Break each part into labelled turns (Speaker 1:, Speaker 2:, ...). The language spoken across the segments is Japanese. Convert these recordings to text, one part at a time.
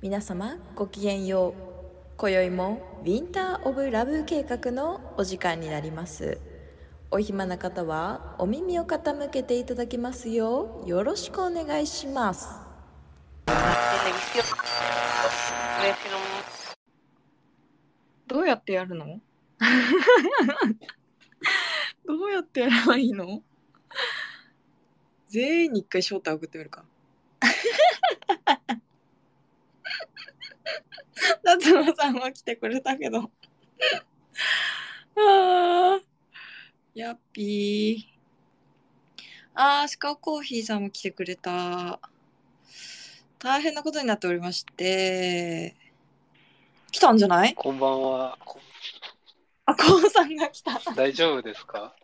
Speaker 1: 皆様ごきげんよう今宵もウィンター・オブ・ラブ計画のお時間になりますお暇な方はお耳を傾けていただきますようよろしくお願いします
Speaker 2: televisión. Televisión.
Speaker 3: どうやってやるの どうやってやればいいの全員に一回招待送ってみる か。夏野さんは来てくれたけど。あーやっぴー。あー、シカコーヒーさんも来てくれた。大変なことになっておりまして。来たんじゃない
Speaker 4: こんばんは。
Speaker 3: あ、コウさんが来た。
Speaker 4: 大丈夫ですか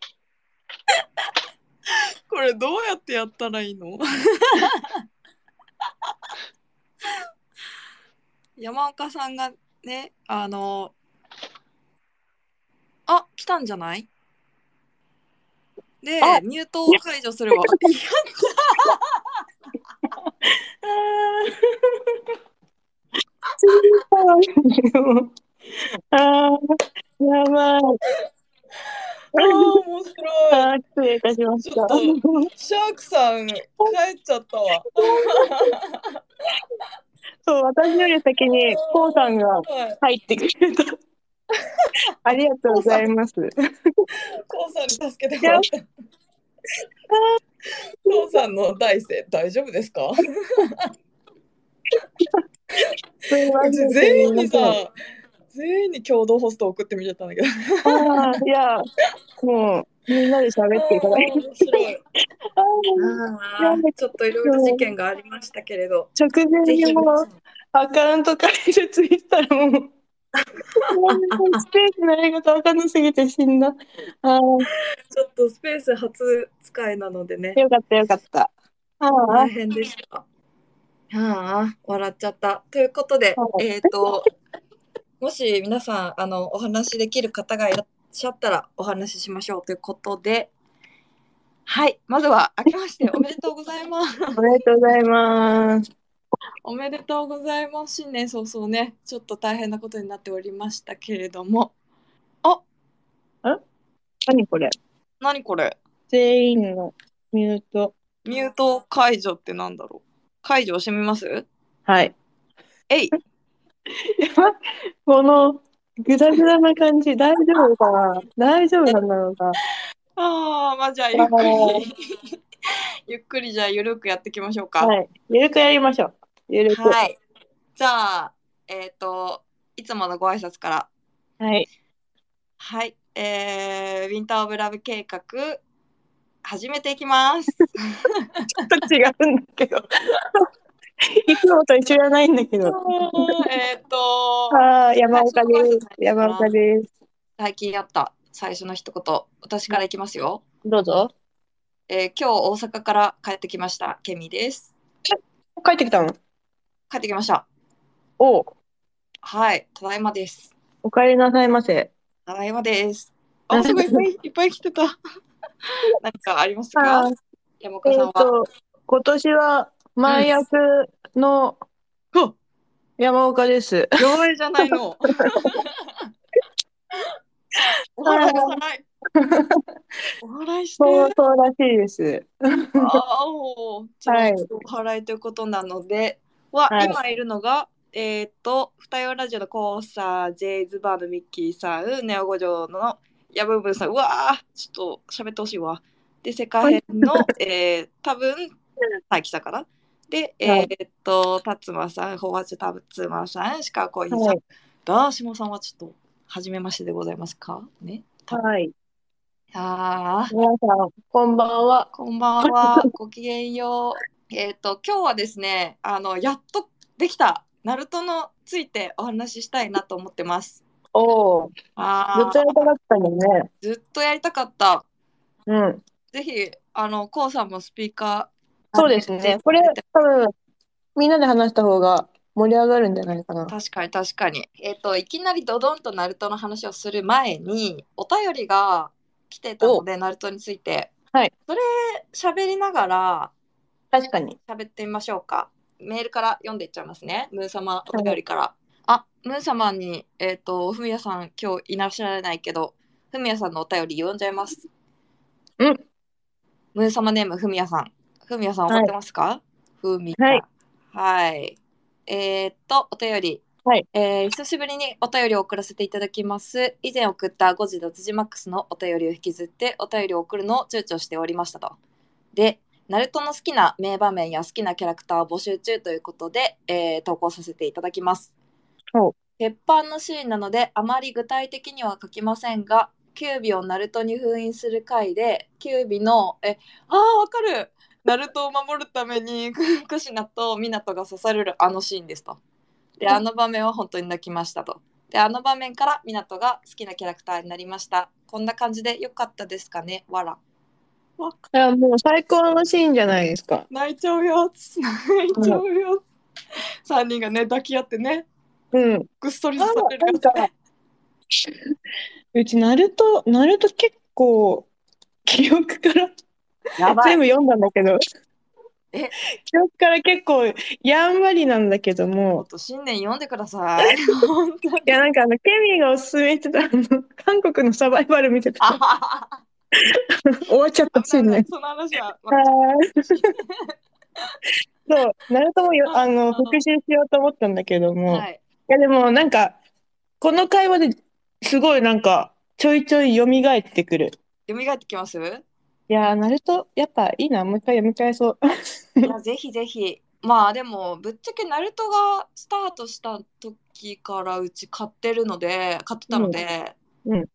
Speaker 3: これどうやってやったらいいの 山岡さんがね、あの、あ、来たんじゃないで
Speaker 1: あ、
Speaker 3: ミュートを解除すれば。や
Speaker 5: ああ、やばい。
Speaker 3: あー、面白い。
Speaker 5: あー失礼いたしました。
Speaker 3: ちょシャークさん、帰っちゃったわ。
Speaker 5: そう、私より先に、こうさんが
Speaker 3: はい
Speaker 5: 入ってく れた。ありがとうございます。
Speaker 3: コウさんに助けてもらった。コウさんの大生、大丈夫ですか
Speaker 5: すいま
Speaker 3: う
Speaker 5: せ
Speaker 3: ち
Speaker 5: ん
Speaker 3: 全員にさ、全員に共同ホスト送ってみちゃったんだけど。
Speaker 5: あーいや、もう、みんなで喋っていただいて。
Speaker 3: 面 白い。
Speaker 5: あー
Speaker 3: ちょっといろいろ事件がありましたけれど、
Speaker 5: 直前
Speaker 3: ぜひ
Speaker 5: にもうアカウント解説したらもう、もうスペースのやり方わかんなすぎて死んだ。ああ、
Speaker 3: ちょっとスペース初使いなのでね、
Speaker 5: よかったよかった。ああ
Speaker 3: 大、変でした。ああ、笑っちゃった。ということで、
Speaker 5: はい
Speaker 3: えっ、と、もし皆さん、あの、お話しできる方がいらっしゃったら、お話ししましょうということで、はい、まずは、明けま しておめでとうございます。
Speaker 5: おめでとうございます。
Speaker 3: おめでとうございます。新年早々ね、ちょっと大変なことになっておりましたけれども。
Speaker 5: 何これ
Speaker 3: 何これ
Speaker 5: 全員のミュート。
Speaker 3: ミュート解除ってなんだろう解除してみます
Speaker 5: はい。
Speaker 3: えい
Speaker 5: このぐだぐだな感じ、大丈夫かな大丈夫なのか。
Speaker 3: ああ、まあじゃあゆっくり。 ゆっくりじゃあゆるくやっていきましょうか。
Speaker 5: はい。ゆるくやりましょう。ゆるく。は
Speaker 3: はいじゃあ、えっ、と、いつものご挨拶から
Speaker 5: い。
Speaker 3: はい、えー、ウィンター・オブ・ラブ計画始めていき ます。
Speaker 5: ちょっと違うんだけど。 いつもと一緒じゃないんだけど。
Speaker 3: えっと、
Speaker 5: ああ、山岡です。山岡です。
Speaker 3: 最近あった最初の一言私からいきますよ、
Speaker 5: どうぞ。
Speaker 3: えー今日大阪から帰ってきましたケミです
Speaker 5: 帰ってきたの
Speaker 3: 帰ってきました
Speaker 5: おう
Speaker 3: はいただいまです
Speaker 5: お帰りなさいませ。
Speaker 3: ただいま ですあすごいいっぱいいっぱい来てた 何かあります
Speaker 5: あ
Speaker 3: か
Speaker 5: ー
Speaker 3: 山
Speaker 5: え
Speaker 3: 岡
Speaker 5: っ、
Speaker 3: さんは、
Speaker 5: と、今年は前役の
Speaker 3: うん
Speaker 5: 山岡です。
Speaker 3: 弱いじゃないのお笑いお笑い お笑いして
Speaker 5: そうそうらしいです。
Speaker 3: あおーじゃあ、
Speaker 5: はい
Speaker 3: お払いということなのでは、
Speaker 5: はい
Speaker 3: 今いるのがえっ、と「ふたよラジオ」のコーサージェイズバーのミッキーさんネオ五条のヤブーブーさんうわーちょっと喋ってほしいわで世界編の、えー、多分大輝さんかなで
Speaker 5: は
Speaker 3: えっ、と辰馬さんホワチタツマさん鹿コーヒーさん、
Speaker 5: はい
Speaker 3: だしもさんはちょっと初めましてでございますかね
Speaker 5: はい。
Speaker 3: あー
Speaker 5: 皆さん、こんばんは。
Speaker 3: こんばん は。ごきげんよう。えっ、と、今日はですね、あの、やっとできた。ナルトのついてお話ししたいなと思ってます。
Speaker 5: おお、ず
Speaker 3: あ
Speaker 5: っと
Speaker 3: あ
Speaker 5: や、りたかったのね。
Speaker 3: ずっとやりたかった。
Speaker 5: うん。
Speaker 3: ぜひ、あの、こうさんもスピーカー。
Speaker 5: そうですね。これ、多分、みんなで話した方が盛り上がるんじゃないかな。
Speaker 3: 確かに確かに。えっ、と、いきなりドドンとナルトの話をする前に、お便りが来てたので、ナルトについて。
Speaker 5: はい。
Speaker 3: それ、喋りながら、
Speaker 5: 確かに。
Speaker 3: 喋ってみましょうか。メールから読んでいっちゃいますね。ムー様お便りから。あ、ムー様に、えっ、と、ふみやさん、今日いらっしゃらないけど、ふみやさんのお便り読んじゃいます。
Speaker 5: うん。
Speaker 3: ムー様ネーム、ふみやさん。ふみやさん、
Speaker 5: はい
Speaker 3: 覚えてますかふみや
Speaker 5: はい。
Speaker 3: はい。えーっと、お便り。
Speaker 5: はい
Speaker 3: えー久しぶりにお便りを送らせていただきます。以前送った5時脱字マックスのお便りを引きずって、お便りを送るのを躊躇しておりましたと。で、ナルトの好きな名場面や好きなキャラクターを募集中ということで、えー投稿させていただきます
Speaker 5: お。
Speaker 3: 鉄板のシーンなのであまり具体的には書きませんがキュービをナルトに封印する回でキュービのえあーわかるナルトを守るために クシナとミナトが刺されるあのシーンですと。であの場面は本当に泣きましたと。であの場面からミナトが好きなキャラクターになりました。こんな感じで良かったですかねわら。
Speaker 5: いや、もう最高のシーンじゃないですか。
Speaker 3: 泣いちゃうよつ泣いちゃうよ3人がね抱き合ってね
Speaker 5: うん。
Speaker 3: ぐっそり
Speaker 5: あ
Speaker 3: 刺される
Speaker 5: なんか、 うち、ナルト、ナルト結構、記憶から
Speaker 3: やばい
Speaker 5: 全部読んだんだけど、
Speaker 3: え
Speaker 5: 記憶から結構、やんわりなんだけど
Speaker 3: も
Speaker 5: も
Speaker 3: っ、と新年読んでください本当に
Speaker 5: いや、なんかあの、ケミーがおすすめしてた、あの、韓国のサバイバル見てた。
Speaker 3: あ
Speaker 5: 終わっちゃった、
Speaker 3: 危
Speaker 5: 新
Speaker 3: ない
Speaker 5: 年。
Speaker 3: その話は、ま
Speaker 5: はーいそう、ナルトもよ、あの、
Speaker 3: あー
Speaker 5: 復習しようと思ったんだけど
Speaker 3: あ
Speaker 5: も、い
Speaker 3: はい、
Speaker 5: や、でも、なんか、この会話ですごい、なんか、ちょいちょい蘇ってくる。
Speaker 3: 蘇ってきますい
Speaker 5: いやー、ナルト、やっぱいいな、もう一回読み返そう。
Speaker 3: やぜひぜひまあでもぶっちゃけナルトがスタートした時からうち買ってるので買ってたので、
Speaker 5: うんうん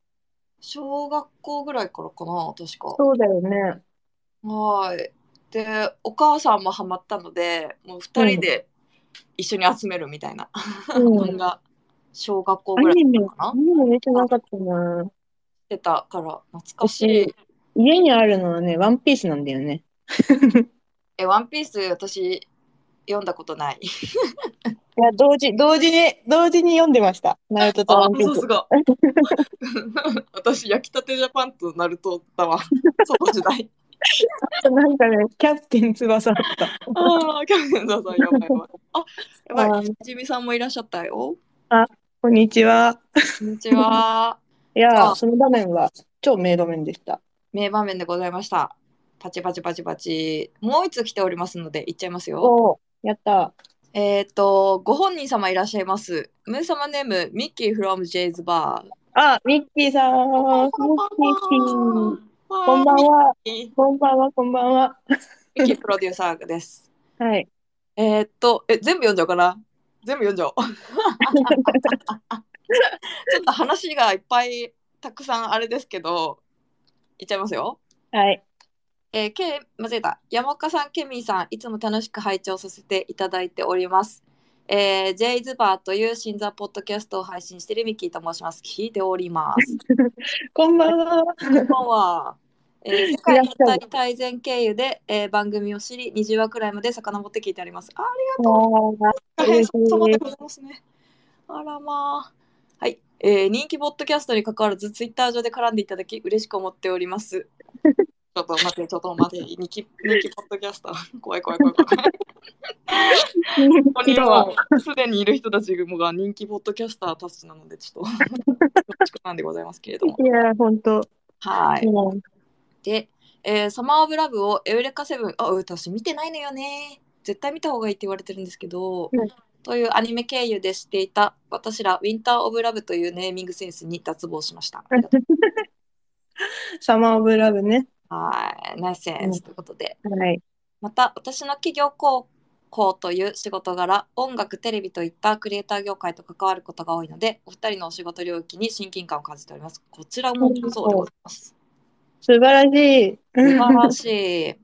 Speaker 3: 小学校ぐらいからかな確か
Speaker 5: そうだよね。
Speaker 3: はい。で、お母さんもハマったので、もう二人で一緒に集めるみたいな
Speaker 5: う
Speaker 3: 漫
Speaker 5: ん。
Speaker 3: 画、小学校
Speaker 5: ア
Speaker 3: ぐらい
Speaker 5: ニメ、
Speaker 3: かな
Speaker 5: アニメ見てなかったな。
Speaker 3: 出たから懐かしい。
Speaker 5: 家にあるのはね、ワンピースなんだよね。
Speaker 3: え、ワンピース私読んだことない。
Speaker 5: いや、同時、同時に、同時に読んでました。ナルトとワ
Speaker 3: あ
Speaker 5: ンピ、ー
Speaker 3: さ
Speaker 5: ス
Speaker 3: す。が。私、焼きたてジャパンとナルトだ わ。その時代。
Speaker 5: なんかね、キャプテン 翼だった。
Speaker 3: ああ、キャプテンザーさん、やばいやばい。あ、やば
Speaker 5: あ
Speaker 3: い。じみさんもいらっしゃったよ。
Speaker 5: こんにちは。
Speaker 3: こんにちは。
Speaker 5: いやー、
Speaker 3: あ
Speaker 5: その場面は超名場面でした。
Speaker 3: 名場面でございました。パチパチパチパチ。もう一つ来ておりますので、行っちゃいますよ。
Speaker 5: おお、やった。
Speaker 3: えっ、と、ご本人様いらっしゃいます。ムー様ネーム、ミッキー from J's Bar。
Speaker 5: あ、ミッキーさん。ミッキーミッキー。こんばん
Speaker 3: は。
Speaker 5: は。
Speaker 3: ミッ
Speaker 5: こんばんは、こんばんは。
Speaker 3: キープロデューサーです。
Speaker 5: はい。
Speaker 3: えっ、と、え、全部読んじゃおうかな。全部読んじゃおう。 ちょっと話がいっぱいたくさんあれですけど、いっちゃいますよ。
Speaker 5: はい。
Speaker 3: えー、け間違えた山岡さん、ケミーさん、いつも楽しく拝聴させていただいております。えー、ジェイズバーという新座ポッドキャストを配信しているミッキーと申します。聞いております。
Speaker 5: こんばんは。
Speaker 3: こんばんは。えー、世界の
Speaker 5: いら
Speaker 3: 二
Speaker 5: っしゃ
Speaker 3: 人大全経由で、えー、番組を知り、20話くらいまで遡って聞いてあります。あ
Speaker 5: あ
Speaker 3: 大
Speaker 5: り
Speaker 3: 変
Speaker 5: がとう
Speaker 3: そ
Speaker 5: ご
Speaker 3: う
Speaker 5: ざい
Speaker 3: でご
Speaker 5: ま
Speaker 3: ざいますね。あらまあ。はい、えー人気ポッドキャストに関わらず、ツイッター上で絡んでいただき、嬉しく思っており ます。ちょっと待って、ちょっと待 って、人気人気ポッドキャスター、 怖い怖い怖い怖い。
Speaker 5: す。
Speaker 3: ここにもうすでにいる人たちが人気ポッドキャスターたちなので、ちょっと 恐縮なんでございますけれども。
Speaker 5: いや、本当。
Speaker 3: はい。
Speaker 5: もう
Speaker 3: で、えーサマーオブラブをエウレカセブン、あ、私見てないのよね。絶対見た方がいいって言われてるんですけど、
Speaker 5: うん
Speaker 3: というアニメ経由で知っていた私らウィンター・オブ・ラブというネーミングセンスに脱帽しました。
Speaker 5: サマーオブラブね。
Speaker 3: はい、ナイスセンスということで。
Speaker 5: はい。
Speaker 3: また私の企業広報という仕事柄音楽テレビといったクリエイター業界と関わることが多いのでお二人のお仕事領域に親近感を感じておりますこちらもそうでございます
Speaker 5: 素晴らしい。
Speaker 3: 素晴らしい、え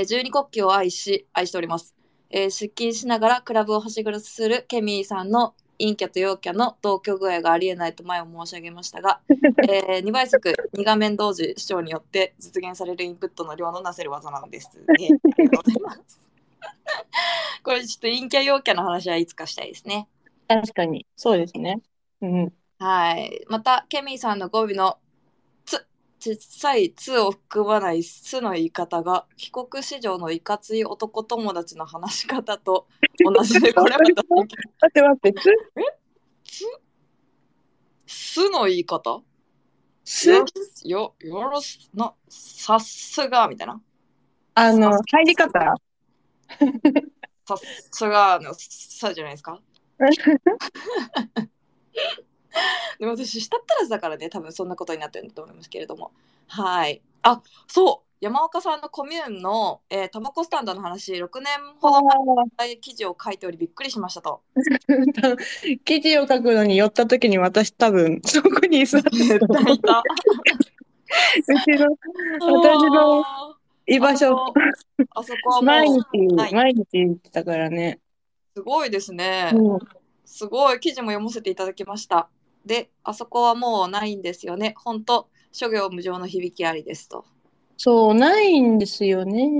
Speaker 3: ー、十二国旗を愛し愛しております、えー出勤しながらクラブを星しぐするケミーさんの陰キャと陽キャの同居具合がありえないと前を申し上げましたが、え2倍速2画面同時視聴によって実現されるインプットの量のなせる技なんです、ね、ありがとうございますこれちょっと陰キャ陽キャの話はいつかしたいですね
Speaker 5: 確かに。そうですね。うん。
Speaker 3: はいまたケミーさんの語尾の「つ」「小さい「つ」を含まない「す」の言い方が帰国子女のいかつい男友達の話し方と同じでこれまた
Speaker 5: 待って待って、
Speaker 3: 「す」の言い方
Speaker 5: す、す、
Speaker 3: よよよろすなさすがみたいな
Speaker 5: あの、入り方
Speaker 3: さすがのさじゃないですか でも私したったらずだからね多分そんなことになってるんだと思いますけれどもはいあそう山岡さんのコミューンのえータバコスタンドの話6年ほど前に記事を書いておりびっくりしましたと
Speaker 5: 記事を書くのに寄った時に私多分そこに座って
Speaker 3: 絶
Speaker 5: た。う
Speaker 3: 対いた
Speaker 5: ちの私の居場所、
Speaker 3: あそこは
Speaker 5: 毎
Speaker 3: もう
Speaker 5: 日、
Speaker 3: ない
Speaker 5: 毎日行ってたからね。
Speaker 3: すごいですね、
Speaker 5: うん
Speaker 3: すごい記事も読ませていただきました。で、あそこはもうないんですよね。本当諸行無常の響きありですと。
Speaker 5: そう、ないんですよね。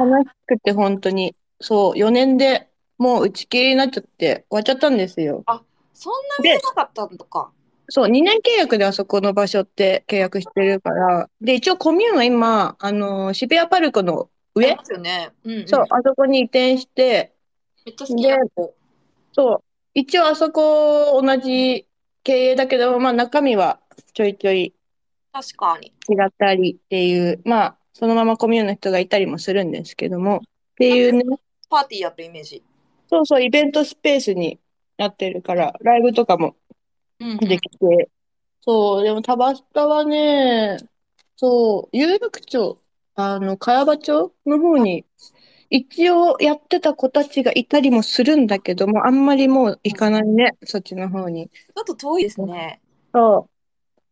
Speaker 5: 悲しくて本当に。そう、4年でもう打ち切りになっちゃって終わっちゃったんですよ。
Speaker 3: そんな見えなかったのか。
Speaker 5: そう、2年契約であそこの場所って契約してるから。で、一応コミューンは今、あの渋谷パルコの
Speaker 3: あ
Speaker 5: 上
Speaker 3: り、ますよね。うん、うん。
Speaker 5: そう、あそこに移転して、
Speaker 3: めっちゃ好きな子。
Speaker 5: そう、一応あそこ同じ経営だけど、まあ中身はちょいちょい
Speaker 3: 確かに。
Speaker 5: 違ったりっていう、まあそのままコミューンの人がいたりもするんですけども、っていうね、
Speaker 3: パーティーやったイメージ。
Speaker 5: そうそう、イベントスペースになってるから、ライブとかも
Speaker 3: うん、うん。
Speaker 5: できて、そう、でもタバスタはね、そう、有楽町、あの、茅場町の方に、一応やってた子たちがいたりもするんだけども、あんまりもう行かないね、そっちの方に。
Speaker 3: ちょっと遠いですね。
Speaker 5: そう。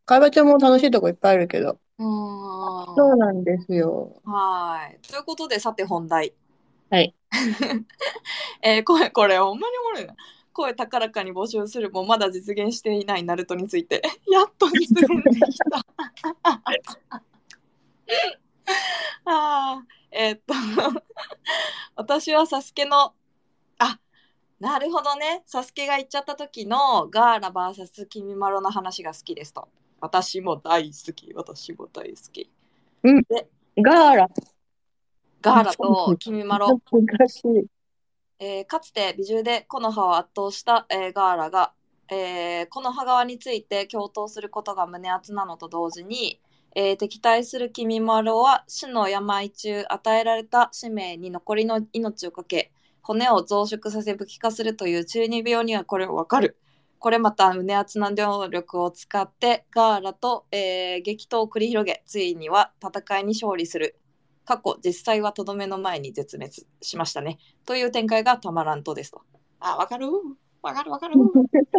Speaker 5: 茅場町も楽しいとこいっぱいあるけど。
Speaker 3: うーん。
Speaker 5: そうなんですよ。
Speaker 3: はい。ということで、さて本題。
Speaker 5: はい。
Speaker 3: えー声、これ、ほんまにおもろいな。声高らかに募集するもまだ実現していないナルトについて、 やっと実現できた。 あーえーっと、 私はサスケの、あ、なるほどね。サスケが行っちゃった時のガーラ VS キミマロの話が好きですと。私も大好き、私も大好き。
Speaker 5: ガーラ。
Speaker 3: ガーラとキミマロ。
Speaker 5: 難しい。
Speaker 3: えーかつて美女で木の葉を圧倒した、えーガーラが、えー、木の葉側について共闘することが胸熱なのと同時に、えー敵対する君丸は死の病中与えられた使命に残りの命をかけ骨を増殖させ武器化するという中二病にはこれわかるこれまた胸熱な能力を使ってガーラと、えー激闘を繰り広げついには戦いに勝利する過去実際はとどめの前に絶滅しましたねという展開がたまらんとですと。あ、わかるわかるわ かる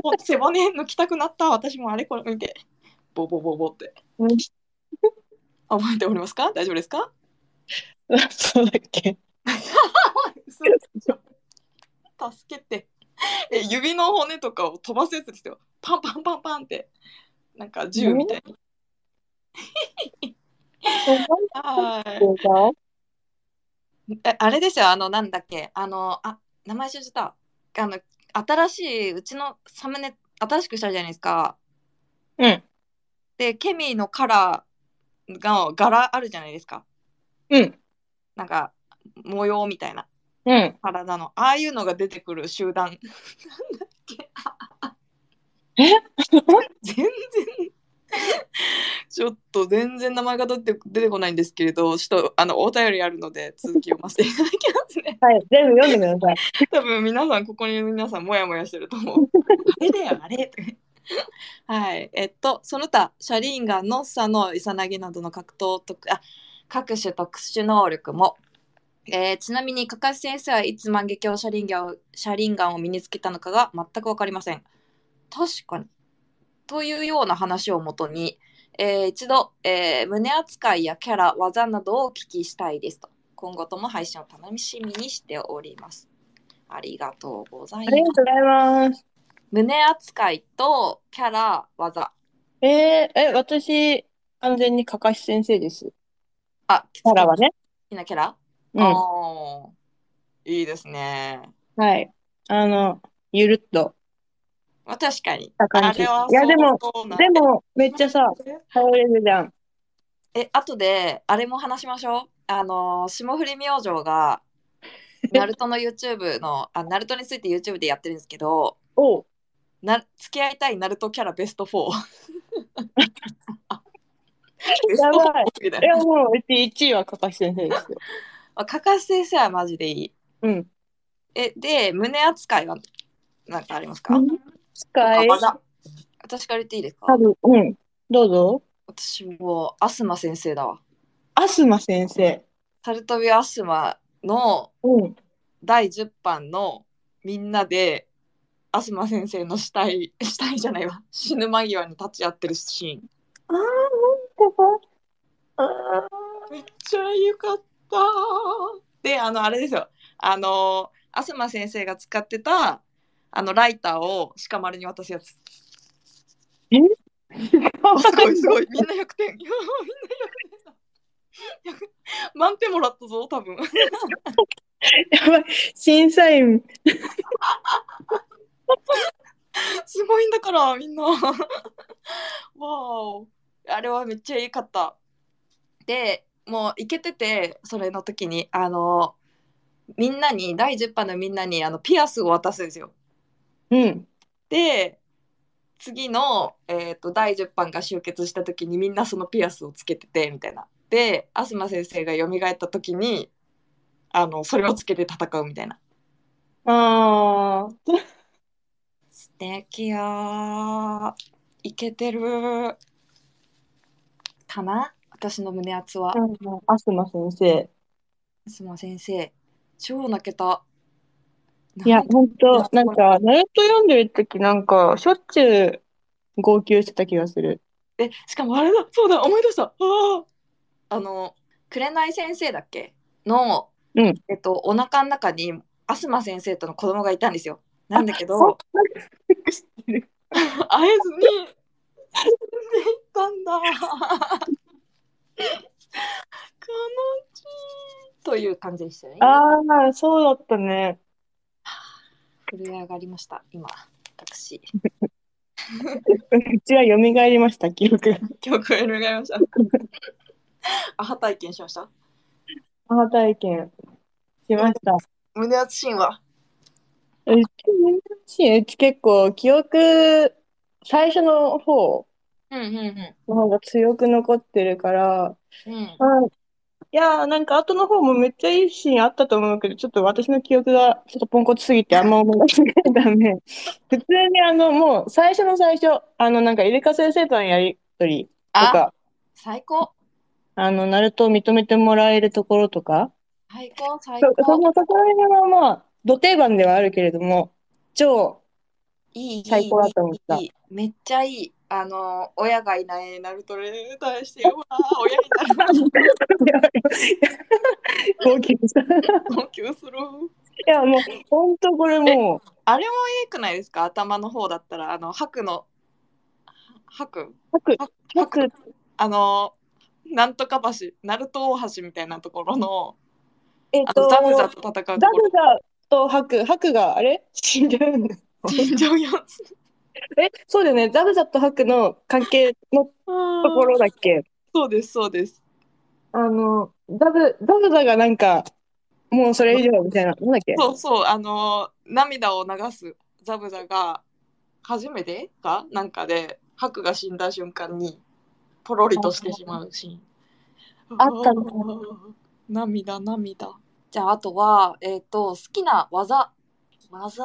Speaker 3: お背骨抜きたくなった私もあれこれ見て。ボボボボって。覚えておりますか大丈夫ですか
Speaker 5: そうだっけ
Speaker 3: 助けて。え指の骨とかを飛ばすやつですよ。パンパンパンパンって。なんか銃みたいに。はい。えあれですよ、あの、なんだっけ、あの、あ、名前知ってた。あの、新しい、うちのサムネ、新しくしたじゃないですか。
Speaker 5: うん。
Speaker 3: で、ケミーのカラーが、柄あるじゃないですか。
Speaker 5: うん。
Speaker 3: なんか、模様みたいな、
Speaker 5: うん。
Speaker 3: 体の。ああいうのが出てくる集団。なんだ っけ。 全然ちょっと全然名前が出て出てこないんですけれど、ちょっとあのお便りあるので続きをませていただきますね。
Speaker 5: はい、全部読んでください。
Speaker 3: 多分皆さんここに皆さんモヤモヤしてると思う。あれだよあれ。 はい。えっとその他シャリンガンのサノイサナギなどの格闘とあ各種特殊能力も。えーちなみにカカシ先生はいつ万華鏡シャリンガンをシャリンガンを身につけたのかが全く分かりません。確かに。というような話をもとに、えー一度、えー胸扱いやキャラ技などをお聞きしたいですと今後とも配信を楽しみにしております。ありがとうござい
Speaker 5: あり
Speaker 3: ま
Speaker 5: が
Speaker 3: す。
Speaker 5: とうございます。
Speaker 3: 胸扱いとキャラ技。
Speaker 5: えー、え、私、完全にかかし先生です。
Speaker 3: あ、キ
Speaker 5: キャラはね。
Speaker 3: 好きなキャラ、
Speaker 5: うん。
Speaker 3: あーいいですね。
Speaker 5: はい。あの、ゆるっと
Speaker 3: まあ、確かに。
Speaker 5: した感
Speaker 3: あ
Speaker 5: じ。い
Speaker 3: れは
Speaker 5: や、
Speaker 3: そう
Speaker 5: でも、
Speaker 3: そうなん
Speaker 5: でも、めっちゃさ、頼れるじゃん。
Speaker 3: え、あとで、あれも話しましょう。あのー、霜降り明星 が、ナルトの YouTube の、あ、ナルトについて YouTube でやってるんですけど、
Speaker 5: おう
Speaker 3: な付き合いたいナルトキャラベスト4。ベスト4
Speaker 5: やばい。
Speaker 3: みたい
Speaker 5: い
Speaker 3: な
Speaker 5: や、もう、うち1位はかかし先生ですよ。
Speaker 3: まあ。かかし先生はマジでいい。
Speaker 5: うん。
Speaker 3: え、で、胸扱いはなんかありますか、あ
Speaker 5: 使い、
Speaker 3: 技私から言っていいですか
Speaker 5: 多分、うん。どうぞ。
Speaker 3: 私もうアスマ先生だわ。
Speaker 5: アスマ先生。
Speaker 3: タルトビアスマの
Speaker 5: うん。
Speaker 3: 第10版のみんなでアスマ先生の死体 死体じゃないわ死ぬ間際に立ち会ってるシーン
Speaker 5: ああ、なんかさ、あ
Speaker 3: めっちゃよかったであのあれですよあのアスマ先生が使ってたあのライターを鹿丸に渡すやつあすごいすごいみんな100点 みんな100点だ100満点もらったぞ多分
Speaker 5: やばい。審査員、
Speaker 3: すごいんだからみんな わおあれはめっちゃ良かったでもういけててそれの時にあのみんなに第10波のみんなにあのピアスを渡すんですよ
Speaker 5: うん。
Speaker 3: で次の、えー、と第10版が集結した時にみんなそのピアスをつけててみたいなで東先生が蘇った時にあのそれをつけて戦うみたいな
Speaker 5: ああ、
Speaker 3: 素敵やーいけてるかな私の胸圧は、
Speaker 5: アスマ先生。
Speaker 3: すま先生超泣けた
Speaker 5: いや、
Speaker 3: なん
Speaker 5: ほんと、なんか、ナルト読んでるとき、なんか、しょっちゅう号泣してた気がする。
Speaker 3: えしかもあれだそうだ思い出したあーあの紅先生だっけの、
Speaker 5: うん
Speaker 3: えっと、お腹の中にアスマ先生との子供がいたんですよなんだけど
Speaker 5: そう
Speaker 3: 会えずに死んでいったんだ悲しいという感じでしたね
Speaker 5: ああ、そうだったね。
Speaker 3: 震え上がりました今私
Speaker 5: うちは蘇りました、記憶が。
Speaker 3: 今日震え上がり ましたアハ体験しました
Speaker 5: 母体験しました。
Speaker 3: 胸圧シーンは
Speaker 5: うち、うち結構、記憶、最初の方
Speaker 3: うんうんう
Speaker 5: の方が強く残ってるから、
Speaker 3: んうん
Speaker 5: はい。いやー、なんか後の方もめっちゃいいシーンあったと思うけど、ちょっと私の記憶がちょっとポンコツすぎてあんま思い出せないため、 普通にあの、もう最初の最初、あの、なんかイルカ先生とのやりとりと
Speaker 3: あ
Speaker 5: か、
Speaker 3: 最高
Speaker 5: あの、ナルトを認めてもらえるところとか、
Speaker 3: 最高最
Speaker 5: そ、そ
Speaker 3: 高
Speaker 5: のところがまあ、ど定番ではあるけれども、 超、
Speaker 3: いいいい
Speaker 5: 最高だと思った
Speaker 3: いいいいめっちゃいいあの親がいないナルトに対してうわー親になる
Speaker 5: 号泣 した。い
Speaker 3: 号泣する
Speaker 5: や、もう、ほんとこれもう、
Speaker 3: あれもいいくないですか頭の方だったらあの白の白
Speaker 5: 白、白、
Speaker 3: あのなんとか橋ナルト大橋みたいなところの
Speaker 5: えっ
Speaker 3: あ
Speaker 5: と
Speaker 3: の、ザブザと戦うと
Speaker 5: ダ
Speaker 3: ころ
Speaker 5: ルガとハク、ハクがあれ死んじゃうんだ。
Speaker 3: 死んじゃうやつ
Speaker 5: え、そうだよね。ザブザとハクの関係
Speaker 3: と
Speaker 5: のところだっけ
Speaker 3: そうですそうです
Speaker 5: あの、ザブ、ザブザがなんか、もうそれ以上みたいな、なんだっけ
Speaker 3: そうそうあの涙を流すザブザが初めてかなんかでハクが死んだ瞬間にポロリとしてしまうシーン
Speaker 5: あったね
Speaker 3: 涙涙じゃああとはえっ、と好きな技技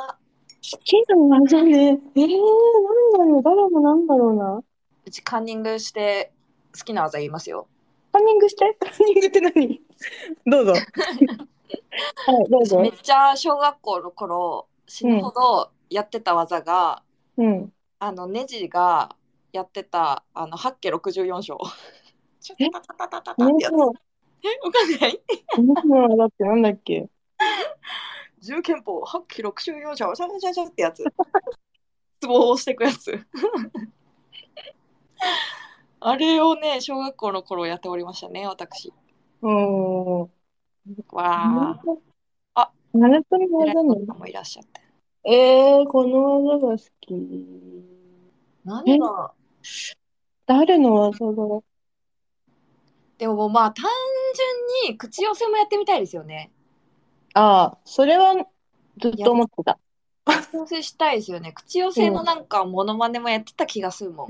Speaker 5: 好きなのじゃね。えー、なんだろう、誰もなんだろうな。
Speaker 3: うちカンニングして好きな技言いますよ
Speaker 5: カンニングしてカンニングって何どう ぞ。はい、どうぞ
Speaker 3: めっ。ちゃ小学校の頃死ぬほどやってた技が、
Speaker 5: うん。
Speaker 3: あのネジがやってたあの八家六十四章。 ちょっとタタタタタ
Speaker 5: も
Speaker 3: っ
Speaker 5: う
Speaker 3: てやつ
Speaker 5: も
Speaker 3: えわかんない。
Speaker 5: うだってなんだっけ
Speaker 3: 銃憲法八家六十四章シャシャシャシャってやつ。ツボを押してくやつ。 あれをね小学校の頃やっておりましたね私。
Speaker 5: うーん。
Speaker 3: わ
Speaker 5: あ、ナルトに
Speaker 3: あ。
Speaker 5: 技
Speaker 3: 偉い
Speaker 5: な
Speaker 3: 子
Speaker 5: の
Speaker 3: とかもいらっしゃって。
Speaker 5: えー、この技が好き。
Speaker 3: 何が
Speaker 5: 誰の技だろ
Speaker 6: でもまあ単純に口寄せもやってみたいですよね。
Speaker 5: ああ、それはずっと思ってた。
Speaker 6: 口寄せしたいですよね。口寄せのなんかモノマネもやってた気がするもん。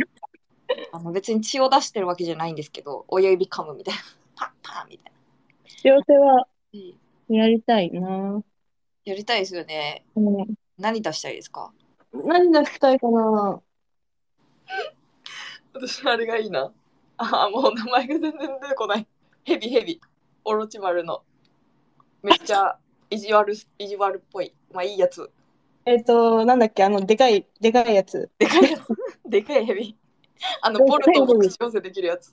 Speaker 6: あの別に血を出してるわけじゃないんですけど、親指噛むみたいな。パッパーみたい
Speaker 5: 口寄せは
Speaker 6: な。
Speaker 5: やりたいな。
Speaker 6: やりたいですよね。
Speaker 5: うん、
Speaker 6: 何出したいですか
Speaker 5: 何出したいかな。
Speaker 3: 私あれがいいな。ああ、もう名前が全然出てこない。ヘビヘビ。オロチマルの。めっちゃ意地悪、意地悪っぽい。まあいいやつ。
Speaker 5: えっ、と、なんだっけ、あの、でかい、でかいやつ。
Speaker 3: でかいやつ。でかいヘビ。あの、ボルトも口寄せできるやつ。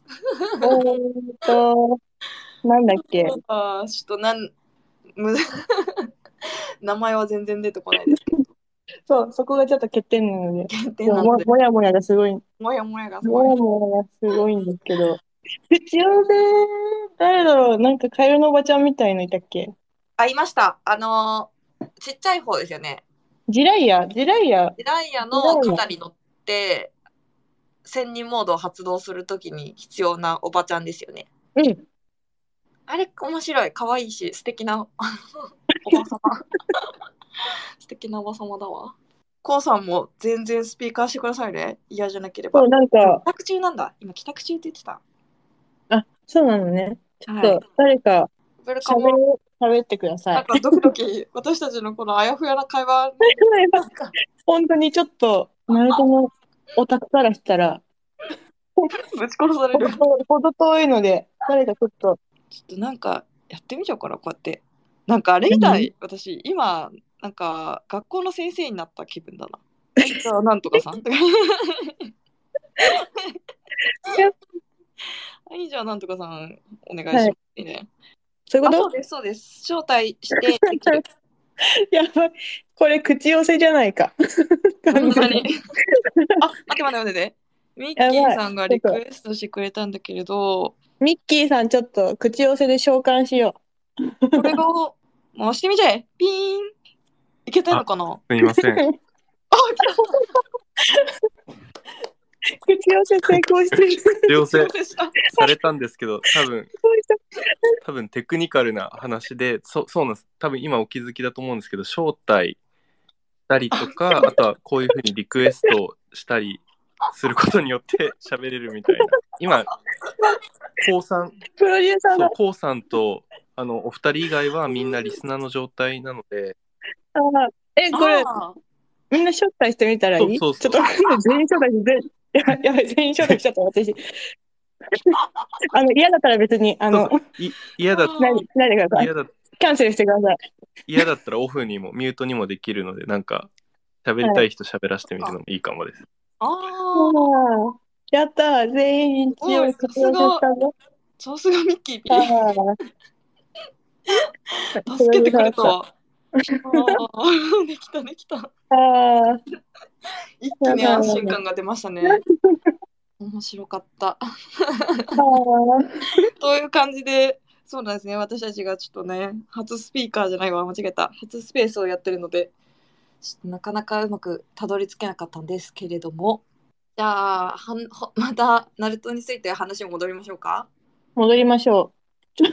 Speaker 5: えーっと、なんだっけ。
Speaker 3: ああ、ちょっとなん、む 名前は全然出てこないですけ
Speaker 5: そう、そこがちょっと欠点なので。
Speaker 3: ど。限定なの
Speaker 5: も
Speaker 3: で、
Speaker 5: もやもやがすごい、
Speaker 3: もやもやがす
Speaker 5: も
Speaker 3: ご
Speaker 5: や
Speaker 3: い。
Speaker 5: もやがすごいんですけど。口寄せ、誰だろう、なんかカエルのおばちゃんみたいのいたっけ。
Speaker 3: あ、いました。あのーちっちゃい方ですよね。
Speaker 5: ジライヤ、ジライヤ。
Speaker 3: ジライアの肩に乗って、千人モードを発動するときに必要なおばちゃんですよね。
Speaker 5: うん。
Speaker 3: あれ、面白い。可愛いし、素敵 なおばさま。 素敵なおばさまだわ。コウさんも全然スピーカーしてくださいね。嫌じゃなければ
Speaker 5: そう、。なんか、
Speaker 3: 帰宅中なんだ。今、帰宅中って言ってた。
Speaker 5: あ、そうなのね。
Speaker 3: は
Speaker 5: そう
Speaker 3: い。、
Speaker 5: 誰か
Speaker 3: ウェルカム
Speaker 5: 喋。喋ってくださ
Speaker 3: なん
Speaker 5: い。
Speaker 3: かドキドキ、私たちのこのあやふやな会話のなんか
Speaker 5: 本当にちょっと、ナルトのオタクからしたら、
Speaker 3: ぶ ち殺され
Speaker 5: ほど
Speaker 3: る。
Speaker 5: 遠いほど遠いので、誰かちょっと、
Speaker 3: ちょっとなんかやってみちゃおうかなこうやってなんかあれみたい、私今なんか学校の先生になった気分だななん かなんとかさんとか はいじゃあなんとかさんお願いします、
Speaker 5: はい
Speaker 3: いいね
Speaker 5: そういう
Speaker 3: あ
Speaker 5: こ
Speaker 3: そう
Speaker 5: と
Speaker 3: ですそうです招待してできる
Speaker 5: やばい。これ、口寄せじゃないか。
Speaker 3: 本
Speaker 5: 完
Speaker 3: 当
Speaker 5: 全
Speaker 3: に
Speaker 5: に
Speaker 3: あ待って待って待って待ってミッキーさんがリクエストしてくれたんだけれど
Speaker 5: ミッキーさん、ちょっと、口寄せで召喚しよ
Speaker 3: これを回してみちゃえピーンいけたのかな
Speaker 7: すいませ
Speaker 5: う。
Speaker 7: ん。
Speaker 5: 口寄せ成功 してる。成
Speaker 7: 両
Speaker 3: すい
Speaker 7: せ
Speaker 3: ませんした
Speaker 7: されたんですけど、多分
Speaker 5: 功した
Speaker 7: 多分テクニカルな話で、そそうなんです。多分今お気づきだと思うんですけど、招待したりとか、あとはこういうふうにリクエストしたりすることによって 喋れるみたいな。今、高三
Speaker 5: プロデューサー
Speaker 7: そう
Speaker 5: だ。
Speaker 7: 高さんとあのお二人以外はみんなリスナーの状態なので、
Speaker 5: あーえ、これ、
Speaker 3: あー
Speaker 5: みんな招待してみたらいい
Speaker 7: そうそうそう
Speaker 5: ちょっと今全員招待して、 全やばい、全員招待しちゃった、私。 あの、嫌だったら別に、あの
Speaker 7: そ、い嫌だ
Speaker 3: あ
Speaker 5: ななでください
Speaker 7: 嫌。だ
Speaker 5: キャンセルしてください。
Speaker 7: 嫌だったらオフにもミュートにもできるので、なんか喋りたい人喋らせてみるのもいいかもです。
Speaker 3: あー
Speaker 5: ああ、やったー全員一応活用したぞ。
Speaker 3: さすがミッキーピー
Speaker 5: ああ
Speaker 3: 助けてくれた。
Speaker 5: あ
Speaker 3: あーできたできた。
Speaker 5: あ、
Speaker 3: 一気に安心感が出ましたね。面白かった。
Speaker 5: ああ、
Speaker 3: という感じで、そうなんですね。私たちがちょっとね、初スピーカーじゃないわ、間違えた。初スペースをやってるので、ちょっとなかなかうまくたどり着けなかったんですけれども、じゃあ、はんほまた、ナルトについて話を戻りましょうか。
Speaker 5: 戻りましょう。ち ょ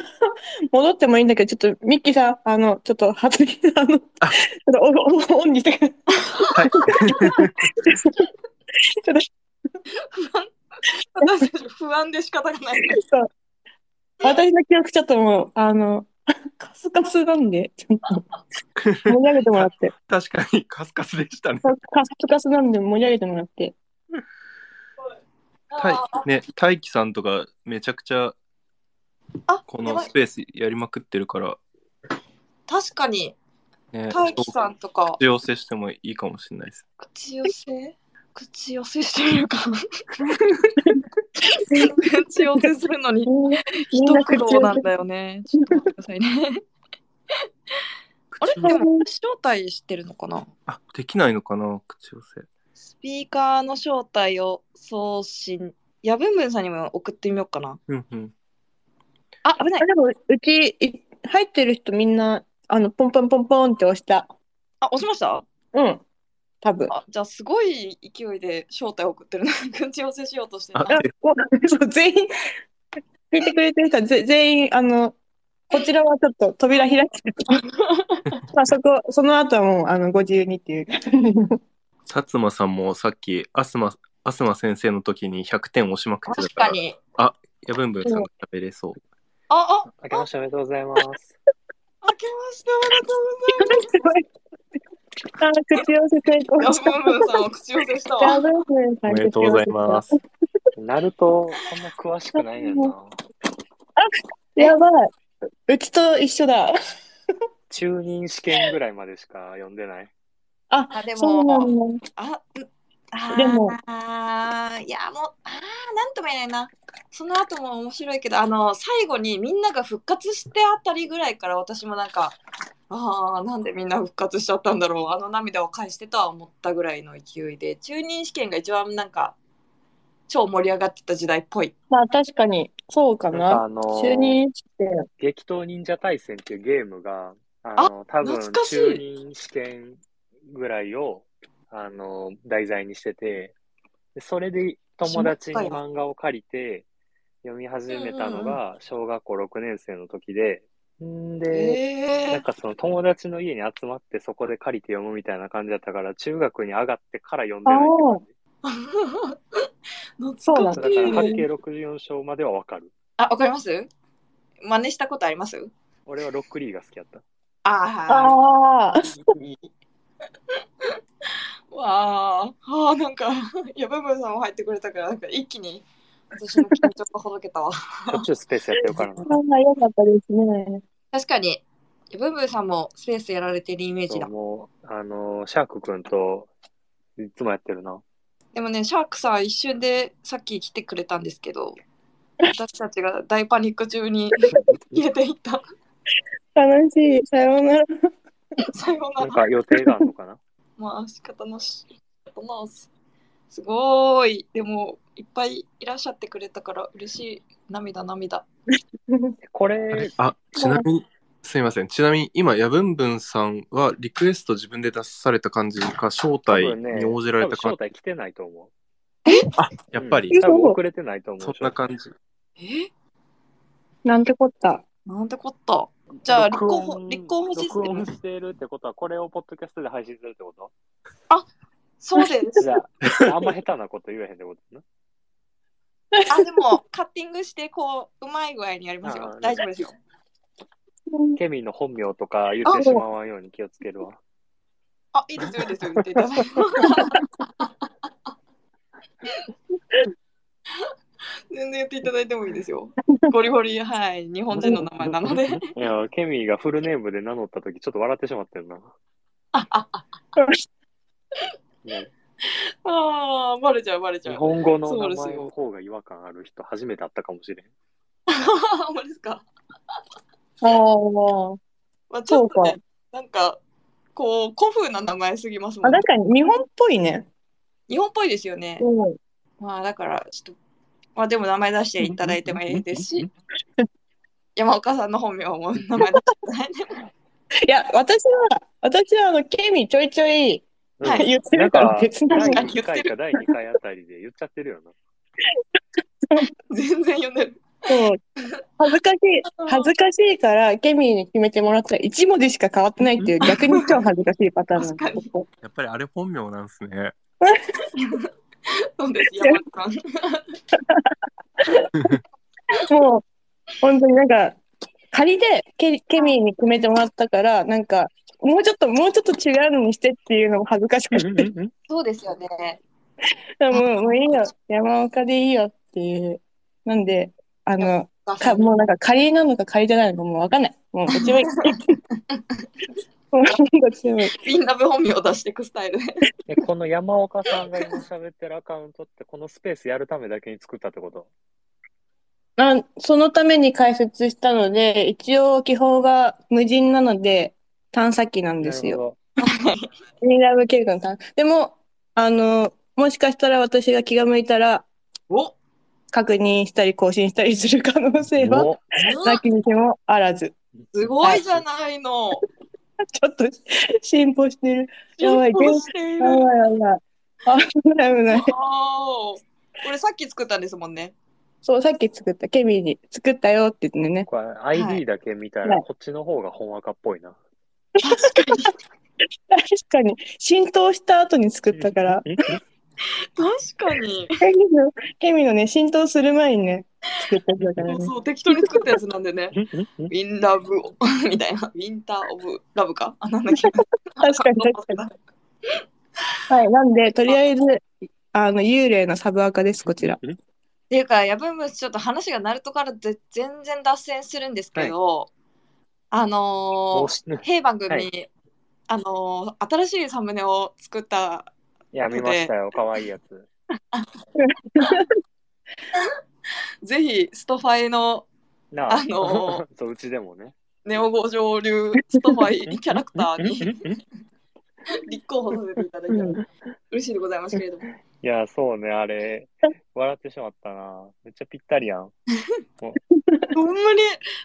Speaker 5: 戻ってもいいんだけど、ちょっとミッキーさん、あの、ちょっと発言、あ の、ちょっとオンオンにしてくださ
Speaker 7: はい。
Speaker 5: い。ちょっと
Speaker 3: 私たち不安で仕方がない。
Speaker 5: そう私の記憶ちょっともう、あの、 カスカスなんで、ちょっと、盛り上げてもらって。
Speaker 7: 確かにカスカスでしたね。
Speaker 5: カスカスなんで盛り上げてもらって。
Speaker 7: たいね、大輝さんとかめちゃくちゃ
Speaker 3: あ、
Speaker 7: こ
Speaker 3: や
Speaker 7: の
Speaker 3: ばい
Speaker 7: スペースやりまくってるから、
Speaker 3: 確かに、
Speaker 7: ね、
Speaker 3: 大輝さんとか。
Speaker 7: 口寄せしてもいいかもしれないです。
Speaker 3: 口寄せ口寄せしてみるか 口寄せするのに
Speaker 5: みんなみん
Speaker 3: 一
Speaker 5: な
Speaker 3: 苦
Speaker 5: 口
Speaker 3: 労な
Speaker 5: を
Speaker 3: んだよねちょっと待ってください ねあれでも招待してるのかな
Speaker 7: あ、できないのかな、口寄せ。
Speaker 3: スピーカーの招待を送信やぶんぶんさんにも送ってみようかな
Speaker 7: うんうん。
Speaker 3: あ危ない
Speaker 5: あでも、うち、い入ってる人みんな、あの、ポンポンポンポンって押した。
Speaker 3: あ押しました
Speaker 5: うん。多分。
Speaker 3: あじゃあすごい 勢いで招待を送ってるな口寄せしようとしてる
Speaker 7: あ
Speaker 3: な、
Speaker 5: そう全員、聞いてくれてる人はぜ全員、あの、こちらはちょっと扉開き てる。まあそこ、その後はもう、あの、ご自由にっていう。
Speaker 7: 薩摩さんもさっき、アスマ、アスマ先生の時に100点押しまくって
Speaker 3: 確
Speaker 7: たか、
Speaker 3: からに。
Speaker 7: ヤブンブンさんが喋れそう。
Speaker 3: あ、あ、
Speaker 4: 明けましておめでとうございます。
Speaker 3: 開けましておめでとう
Speaker 5: あー、口寄せ成功した。
Speaker 3: ございます。ヤブンブンさんお口寄せしたわ。
Speaker 5: ダブルス。
Speaker 7: おめでとうございますす。
Speaker 4: ナルト、そんな詳しくないねんな。
Speaker 5: やばい。うちと一緒だ。
Speaker 4: 中任試験ぐらいまでしか読んでない。
Speaker 3: あ、で
Speaker 5: そうな
Speaker 3: も、
Speaker 5: んだ。
Speaker 3: あ、うんあー
Speaker 5: で
Speaker 3: い
Speaker 5: も
Speaker 3: や、もう、あーなんとも言えないな。その後も面白いけど、あの、最後にみんなが復活してあたりぐらいから、私もなんか、ああ、なんでみんな復活しちゃったんだろう、あの涙を返してとは思ったぐらいの勢いで、中任試験が一番なんか、超盛り上がってた時代っぽい。
Speaker 5: まあ確かに、そうか
Speaker 4: なんか
Speaker 5: な。
Speaker 4: あの
Speaker 5: 就任して。
Speaker 4: 激闘忍者対戦っていうゲームが、あの、多分
Speaker 3: 懐かしい
Speaker 4: 中任試験ぐらいを、あの、題材にしてて、でそれで友達に
Speaker 3: しまった
Speaker 4: 漫画を借りて読み始めたの
Speaker 3: うん
Speaker 4: が小学校6年生の時で、んで、な
Speaker 3: え
Speaker 4: んかその友達の家に集まってそこで借りて読むみたいな感じだったから、中学に上がってから読んでないって感じ。
Speaker 3: 懐
Speaker 5: そうなん
Speaker 3: か
Speaker 4: だ
Speaker 3: し
Speaker 4: か
Speaker 3: い。
Speaker 4: ら、八景64章まではわかる。
Speaker 3: あ、わかります真似したことあります
Speaker 4: 俺はロックリーが好きやった。
Speaker 3: ああ、
Speaker 5: ああ、
Speaker 3: わあ、ああ、なんか、ヤブブンさんも入ってくれたから、なんか一気に私の緊張がほどけたわ。
Speaker 4: しょっちゅうスペースやってるからな。
Speaker 5: そんな良かったですね。
Speaker 3: 確かに、ヤブブンさんもスペースやられてるイメージ
Speaker 4: そう
Speaker 3: だ。
Speaker 4: もう、あのー、シャークくんといつもやってるな。
Speaker 3: でもね、シャークさん一瞬でさっき来てくれたんですけど、私たちが大パニック中 に消えていった。
Speaker 5: 楽しい。さようなら。
Speaker 3: さよう
Speaker 4: な
Speaker 3: なんら。
Speaker 4: か予定があるのかな
Speaker 3: まあ、仕方なし。仕方なし。すごーい。でも、いっぱいいらっしゃってくれたから嬉しい。涙涙。
Speaker 4: こ
Speaker 7: あれ
Speaker 4: れ、
Speaker 7: あ、ちなみに、すいません。ちなみに、今、ヤブンブンさんはリクエスト自分で出された感じか、招
Speaker 4: 多
Speaker 7: 待
Speaker 4: 分ね、
Speaker 7: に応じられた
Speaker 4: 多分
Speaker 7: 感
Speaker 4: 招待来てないと思う。
Speaker 7: じ。やっぱ
Speaker 4: う
Speaker 7: り
Speaker 4: ん、多分遅れてないと思う。
Speaker 7: そんな感じ。
Speaker 3: え
Speaker 5: なんてこった。
Speaker 3: なんてこった。じゃあ、立
Speaker 4: 録
Speaker 3: 候
Speaker 4: 音
Speaker 3: 補、立候補システ
Speaker 4: 録
Speaker 3: ム
Speaker 4: 音。してるってことは、これをポッドキャストで配信するってこ
Speaker 3: そうで
Speaker 4: と
Speaker 3: す。
Speaker 4: じゃあ、あんま下手なこと言えへんってことな。
Speaker 3: あ、でも、カッティングして、こう、うまい具合にやります
Speaker 4: あ
Speaker 3: よ
Speaker 4: ー。
Speaker 3: 大丈夫ですよ。
Speaker 4: ケミンの本名とか言ってしまわんように気をつけるわ。
Speaker 3: あ、いいですよ、いいですよ、言っていた だいて。全然言っていただいてもいいですよ。ゴリゴリ、はい、日本人の名前なので。
Speaker 4: いや、ケミンがフルネームで名乗ったとき、ちょっと笑ってしまってるな。いや
Speaker 3: ああ、バレちゃう、バレちゃ
Speaker 4: 日
Speaker 3: う。
Speaker 4: 本語の
Speaker 3: そう
Speaker 4: 名
Speaker 3: です
Speaker 4: 前
Speaker 3: よ
Speaker 4: の方が違和感ある人、初めて会ったかもしれん。
Speaker 3: ほんまですか。
Speaker 5: ああ。
Speaker 3: まあ、ち
Speaker 5: そ
Speaker 3: ょ
Speaker 5: う
Speaker 3: っと
Speaker 5: か
Speaker 3: ね、なんか、こう、古風な名前すぎますも
Speaker 5: あ、
Speaker 3: ん
Speaker 5: なんか日本っぽいね。
Speaker 3: 日本っぽいですよね。
Speaker 5: うん。
Speaker 3: まあだからちょっとまあでも名前出していただいてもいいですし山岡さんの本名も名前出していただいても
Speaker 5: いや、私は、私は、あの、ケミちょいちょい
Speaker 3: は
Speaker 4: うん
Speaker 5: 言っ てるから別に。
Speaker 4: 第
Speaker 3: か
Speaker 4: 1回か第2回あたりで言っちゃってるよな。
Speaker 3: 全然読んでる
Speaker 5: そう。恥ず かしい、恥ずかしいから、ケミに決めてもらったら1文字しか変わってないっていう、逆に超恥ずかしいパターンなんです
Speaker 3: 確
Speaker 5: ここ
Speaker 7: やっぱりあれ本名なんですね。
Speaker 3: そうです山岡さん
Speaker 5: もう、本当になんか、仮でケケミに決めてもらったから、なんか、もうちょっと、もうちょっと違うのにしてっていうのも恥ずかしくて、
Speaker 3: そうですよね
Speaker 5: もう、もういいよ、山岡でいいよっていう。なんで、あの、かもうなんか仮なのか仮じゃないのかもうわかんない。もう、どっ ちもいい。もうどっちでもいい。
Speaker 3: みんな部本名を出していくス タイルで
Speaker 4: えこの山岡さんが今喋ってるアカウントって、このスペースやるためだけに作ったってこと
Speaker 5: あ、そのために開設したので、一応基本が無人なので、探査機なんです
Speaker 4: なる
Speaker 5: よ。
Speaker 4: ほ
Speaker 5: ミラブ計画の探でも、あの、もしかしたら私が気が向いたら、
Speaker 3: お
Speaker 5: 確認したり更新したりする可能性
Speaker 4: ど
Speaker 5: は、
Speaker 4: お
Speaker 5: なきにしもあらず。
Speaker 3: すごいじゃないの
Speaker 5: ちょっと、進歩してる。やばい
Speaker 3: 進歩してい
Speaker 5: や
Speaker 3: る
Speaker 5: ばいやばい。危ない危ない。
Speaker 3: あーこれさっき作ったんですもんね
Speaker 5: そう、さっき作った、ケミに作ったよって言ってね。
Speaker 4: これ
Speaker 3: は
Speaker 4: ID だけ見たら、
Speaker 5: はい
Speaker 4: こっちの方が本赤っぽいな。
Speaker 5: 確かに、浸透した後に作ったから。
Speaker 3: 確かに。
Speaker 5: ケミの、ケミのね、浸透する前にね、作ったやつだから ね。
Speaker 3: そう、適当に作ったやつなんでね。
Speaker 4: うん
Speaker 3: ウィンラブ みたいな。ウィンターオブラブか。あ、なんだっけ。確
Speaker 5: 確かに確かに。はい、なんで、とりあえず、あの、幽霊のサブアカです、こちら。
Speaker 3: っていうか、やぶんぶんちょっと話がナルトからぜ全然脱線するんですけど、 あの
Speaker 4: もう
Speaker 3: ー、
Speaker 4: し
Speaker 3: 平番組、
Speaker 4: は
Speaker 3: あのー、新しいサムネを作った、
Speaker 4: いや、見ましたよ。かわいいやつ。
Speaker 3: ぜひストファイの
Speaker 4: なあ、
Speaker 3: あの
Speaker 4: そう、うちでもね。
Speaker 3: ネオ五条流ストファイキャラクター
Speaker 4: うんうん
Speaker 3: に
Speaker 4: うんい
Speaker 3: 立候補させていただいて、嬉しいでございますけれども。
Speaker 4: や、そうね、あれ、笑ってしまったな。めっちゃぴったりやん。
Speaker 3: ほんまに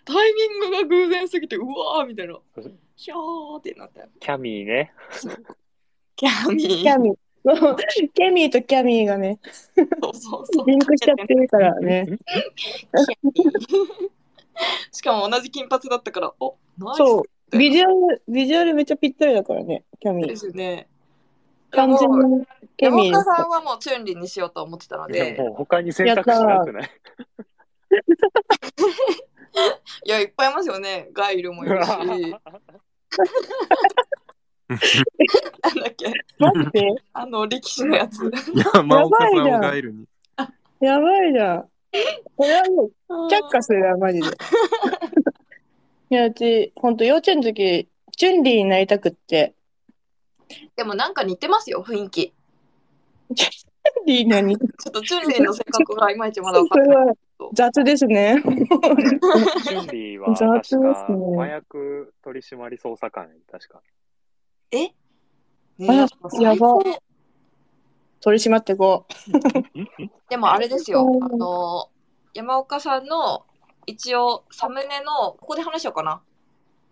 Speaker 3: タイミングが偶然すぎて、うわーみたいな。ひゃーってなったよ。
Speaker 4: キャミーね。
Speaker 3: キャミー。
Speaker 5: キャミ。 そうケミーとキャミーがね、
Speaker 3: そうそうそう
Speaker 5: リンクしちゃってるからね。
Speaker 3: しかも同じ金髪だったから、おナイス
Speaker 5: そう。ビジュアル、ビジュアルめっちゃぴったりだからね、キャミ
Speaker 3: で
Speaker 5: ー。
Speaker 3: すね。
Speaker 5: 完全
Speaker 3: もう
Speaker 5: にケミ
Speaker 3: 山
Speaker 5: ーで
Speaker 3: 岡
Speaker 5: す。
Speaker 3: さんはもうチュンリンにしようと思ってたの
Speaker 4: で
Speaker 3: で、
Speaker 4: ももう他に選択肢なくない
Speaker 3: いや、いっぱいいますよね。ガイルもいるし、なんだっけ、
Speaker 5: マジで
Speaker 3: あの、力士のやつ。
Speaker 7: 山岡さん
Speaker 5: やばいじゃ
Speaker 7: を
Speaker 5: ん
Speaker 7: ガイルに。
Speaker 5: やばいじゃん。これはもう、却下するわ、マ ジで。いや、うち、ほんと幼稚園の時、チュンリーになりたくって、
Speaker 3: でもなんか似てますよ、雰囲気。
Speaker 5: チュンリーなに、
Speaker 3: ちょっとチュンリンの性格がいまいちまだ分か
Speaker 5: こ
Speaker 3: って
Speaker 5: れ
Speaker 3: ない。
Speaker 5: は雑ですね。
Speaker 4: チュンリーは
Speaker 5: 雑で
Speaker 4: 確
Speaker 5: すね
Speaker 4: か、麻薬取締り捜査官、確か。
Speaker 3: え
Speaker 5: あ
Speaker 3: ね
Speaker 5: やば。取り締まってこう。
Speaker 3: でもあれですよ
Speaker 5: う、ん
Speaker 3: あの、山岡さんの一応サムネの、ここで話しようかな。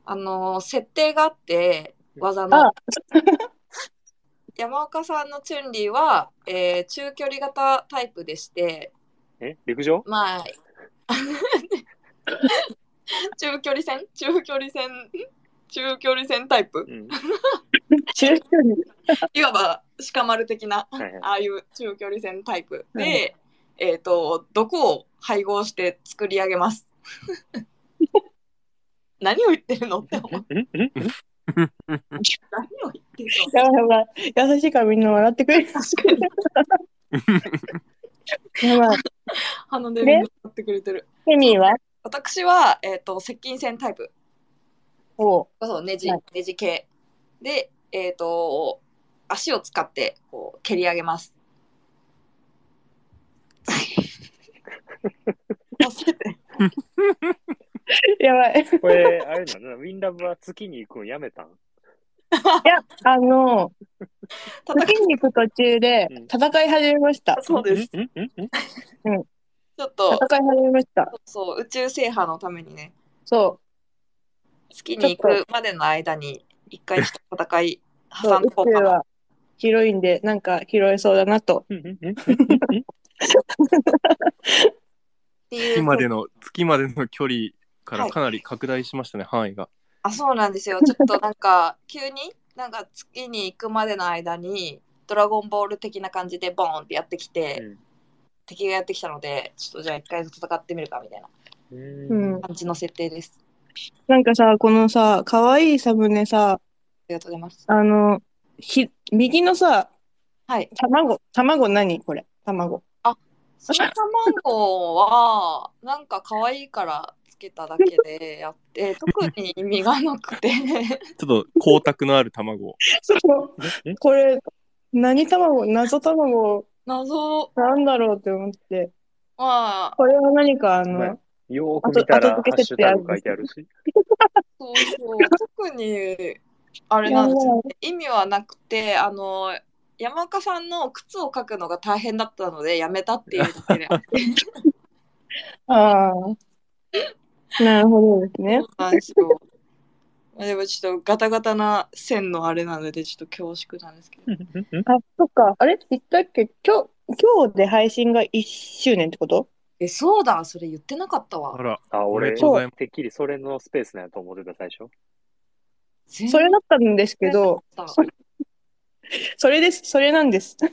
Speaker 3: あの、設定があって、技の
Speaker 5: あ。
Speaker 3: 山岡さんのチュンリーは、えー中距離型タイプでして、
Speaker 4: え陸上
Speaker 3: まあ、 中距離戦中距離戦中距離戦タイプ
Speaker 4: うん。
Speaker 5: 中距離。
Speaker 3: いわば鹿丸的な、
Speaker 4: はいはい
Speaker 3: ああいう中距離戦タイプで、えっ、と、毒を配合して作り上げます。 何を言ってるのって思う。
Speaker 4: うんうんうん
Speaker 3: 何を言ってるの
Speaker 5: やばいやばい。優しいからみんな笑ってくれる。
Speaker 3: 確かに。
Speaker 5: やばい。
Speaker 3: あのね、み
Speaker 5: ね
Speaker 3: んなやってくれてる。
Speaker 5: ケミーは
Speaker 3: 私は、えっ、と、接近戦タイプ。
Speaker 5: お
Speaker 3: そう、ネジ
Speaker 5: はい、
Speaker 3: ネジ系。で、えっ、と、足を使って、こう、蹴り上げます。忘れて。
Speaker 5: やばい。
Speaker 4: これ、あれなのウィンラブは月に行くんやめたん
Speaker 5: いや、あの、
Speaker 3: 戦い
Speaker 5: 時に行く途中で
Speaker 4: うん
Speaker 5: 戦い始めました。
Speaker 3: そうです。
Speaker 4: うんうんうん
Speaker 3: ちょっ と、
Speaker 5: 戦い始めました。
Speaker 3: そう、宇宙制覇のためにね、
Speaker 5: そ
Speaker 3: 月に行くまでの間に、一回ちょっと戦い、
Speaker 5: う。そ
Speaker 3: 挟
Speaker 5: うん
Speaker 3: で
Speaker 5: 宇
Speaker 3: こう
Speaker 5: 宙
Speaker 3: かな。
Speaker 5: は広いんで、なんか拾えそうだなと。
Speaker 4: うんうんうん
Speaker 3: っていう
Speaker 7: 月までの、月までの距離からかなり拡大しましたね、範囲が。
Speaker 3: あ、そうなん ですよ。ちょっとなんか、急に、なんか月に行くまでの間に、ドラゴンボール的な感じで、ボーンってやってきて、
Speaker 4: うん
Speaker 3: 敵がやってきたので、ちょっとじゃあ一回戦ってみるかみたいな
Speaker 4: うん
Speaker 5: う
Speaker 4: うん
Speaker 5: ん。
Speaker 3: 感じの設定です。
Speaker 5: なんかさ、このさ、可愛いサムネさ、
Speaker 3: ありがとうござい ます。
Speaker 5: あの、ひ、右のさ、
Speaker 3: はい。
Speaker 5: 卵、卵何これ 卵。
Speaker 3: その卵は、なんか可愛いからつけただけでや って、特に意味がなくて、
Speaker 7: ちょっと光沢のある卵を。
Speaker 5: そう
Speaker 4: え
Speaker 5: これ、何卵謎卵、
Speaker 3: 謎、
Speaker 5: なんだろうって思って。
Speaker 3: まあ、
Speaker 5: これは何か、あの、
Speaker 4: まあよーく見たら、ハッシュタグ書いてあるし。
Speaker 3: そう そう、特に、あれなんですよね。意味はなくて、あの、山岡さんの靴を描くのが大変だったので、やめたっていうだけ で。
Speaker 5: ああ。なるほどですね
Speaker 3: そ。うなんですよ。まあでもちょっとガタガタな線のあれなので、ちょっと恐縮なんですけど。
Speaker 5: あ、そっか。あれ言ったっけ今日、今日で配信が1周年ってこと
Speaker 3: え、そうだ、それ言ってなかった
Speaker 7: あ
Speaker 3: わ。
Speaker 7: ら、
Speaker 4: あ、
Speaker 7: おめ
Speaker 4: 俺、
Speaker 7: でとうございます
Speaker 4: てっきりそれのスペースなんやと思ってた最初。
Speaker 3: 全
Speaker 5: それだったんですけど、
Speaker 3: 然
Speaker 5: それです、それなん です。
Speaker 3: そ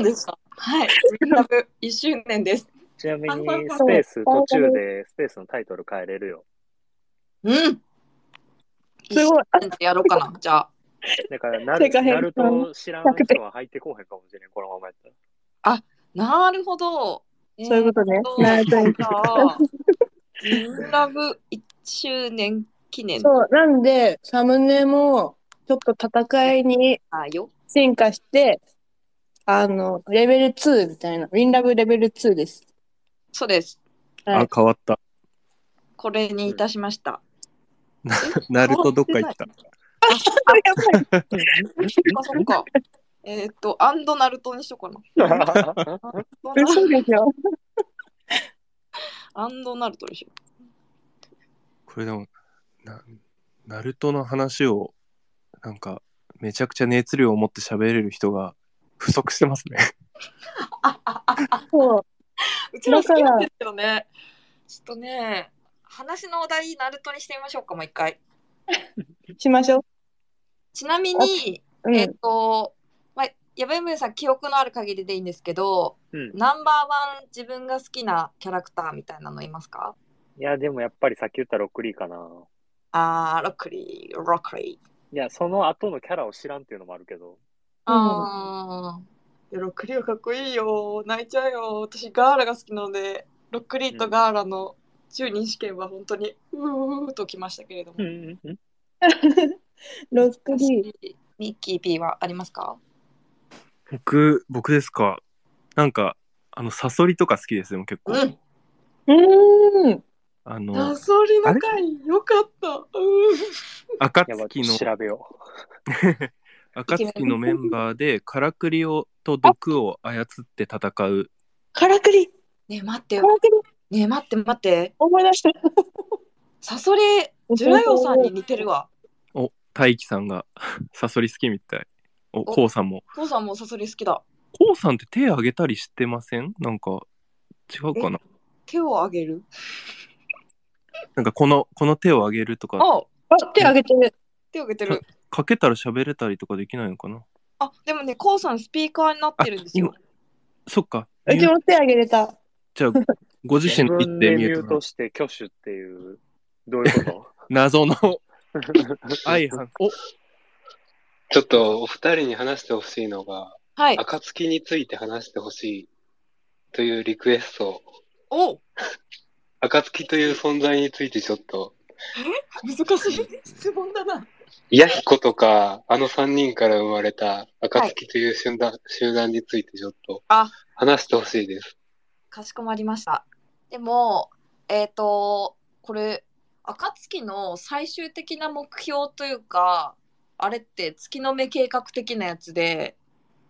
Speaker 3: うでした。はい。ラブ1周年です。
Speaker 4: ちなみに
Speaker 3: あ、
Speaker 4: スペース途中でスペースのタイトル変えれるよ。
Speaker 3: うん。
Speaker 5: すごい。あ
Speaker 3: やろうかな、じゃあ。
Speaker 4: だからな
Speaker 5: てか
Speaker 4: る、
Speaker 5: 変
Speaker 4: なると知らん人は入ってこうへんかもしれん、このままやったら。
Speaker 3: なるほど。
Speaker 5: そういうことね。
Speaker 3: な
Speaker 5: な
Speaker 3: る
Speaker 5: るといい
Speaker 3: ほど。ラブ1周年記念だ
Speaker 5: そう、なんで、サムネも、ちょっと戦いに
Speaker 3: よ。
Speaker 5: 進化して、あの、レベル2みたいな、ウィンラブレベル2です。
Speaker 3: そうです。
Speaker 5: はい
Speaker 7: あ、変わった。
Speaker 3: これにいたしました。
Speaker 7: ナルトどっか行った。
Speaker 3: あ、そっか。えーっと、アンドナルトにしようかな。
Speaker 5: 嘘でしょ
Speaker 3: アンドナルトにしよう。
Speaker 7: これでも、な、ナルトの話を、なんか、めちゃくちゃ熱量を持って喋れる人が不足してますね。
Speaker 5: そう。
Speaker 3: うちら好きなんですよね。ちょっとね、話のお題、ナルトにしてみましょうか、もう一回。
Speaker 5: しましょ
Speaker 3: ちなみに、
Speaker 5: う。うん。
Speaker 3: えっと、まあ、やべむさん、記憶のある限りでいいんですけど、
Speaker 4: うん
Speaker 3: ナンバーワン自分が好きなキャラクターみたいなのいますか
Speaker 4: いや、でもやっぱりさっき言ったロックリーかな。
Speaker 3: あー、ロックリー、ロックリー。
Speaker 4: いや、その後のキャラを知らんっていうのもあるけど。
Speaker 3: あー、ロックリーはかっこいいよ。泣いちゃうよ。私、ガーラが好きなので、ロックリ
Speaker 4: ーと
Speaker 3: ガーラの中任試験は本当に、うーときましたけれども
Speaker 4: うんうん
Speaker 5: ロックリー。
Speaker 3: ミッキー P はありますか
Speaker 7: 僕、僕ですか。なんか、あの、サソリとか好きですよ、結構。
Speaker 3: うん
Speaker 5: うーん。
Speaker 7: あの
Speaker 3: サ、ソリ
Speaker 7: の
Speaker 3: の回よかった。
Speaker 4: やばい、
Speaker 7: 暁の、
Speaker 4: 調べよ
Speaker 7: 暁のメンバーで、からくりを、と毒を操って戦う。
Speaker 5: からくり。
Speaker 3: ねえ待って
Speaker 5: か
Speaker 3: よ。
Speaker 5: らくり。
Speaker 3: ねえ待って待って。
Speaker 5: 思い出した。
Speaker 3: サソリ、ジュラヨさんに似てるわ。
Speaker 7: お、大輝さんが、 サソリ好きみたい。お、こうさんも。
Speaker 3: コウさんもサソリ好きだ。
Speaker 7: こうさんって手あげたりしてませんなんか、違うかな
Speaker 3: 手をあげる。
Speaker 7: なんか、この、この手をあげるとか、
Speaker 3: あ、
Speaker 5: あ、手あげてる。
Speaker 3: 手をあげてる。
Speaker 7: かけたら喋れたりとかできないのかな
Speaker 3: あ、でもね、コウさんスピーカーになってるんですよ。
Speaker 7: そっか。
Speaker 5: うちも手あげれた。
Speaker 7: じゃあ、ご
Speaker 4: う。
Speaker 7: 自
Speaker 4: 自
Speaker 7: 身の
Speaker 4: 分
Speaker 7: 一手
Speaker 4: で
Speaker 7: 見
Speaker 4: ミ
Speaker 7: え
Speaker 4: ュ
Speaker 7: た
Speaker 4: ートして挙手っていう、どういうこ
Speaker 7: 謎の
Speaker 4: と
Speaker 7: 相反。お
Speaker 8: ちょっとお二人に話してほしいのが、
Speaker 3: はい。
Speaker 8: 暁について話してほしいというリクエスト。
Speaker 3: お
Speaker 8: 暁という存在についてちょっと、
Speaker 3: 難しい質問だな。
Speaker 8: ヤヒコとか、あの三人から生まれた暁という集団,、集団についてちょっと
Speaker 3: あ
Speaker 8: 話してほしいです。
Speaker 3: かしこまりました。でも、えっ、と、これ、暁の最終的な目標というか、あれって月の目計画的なやつで、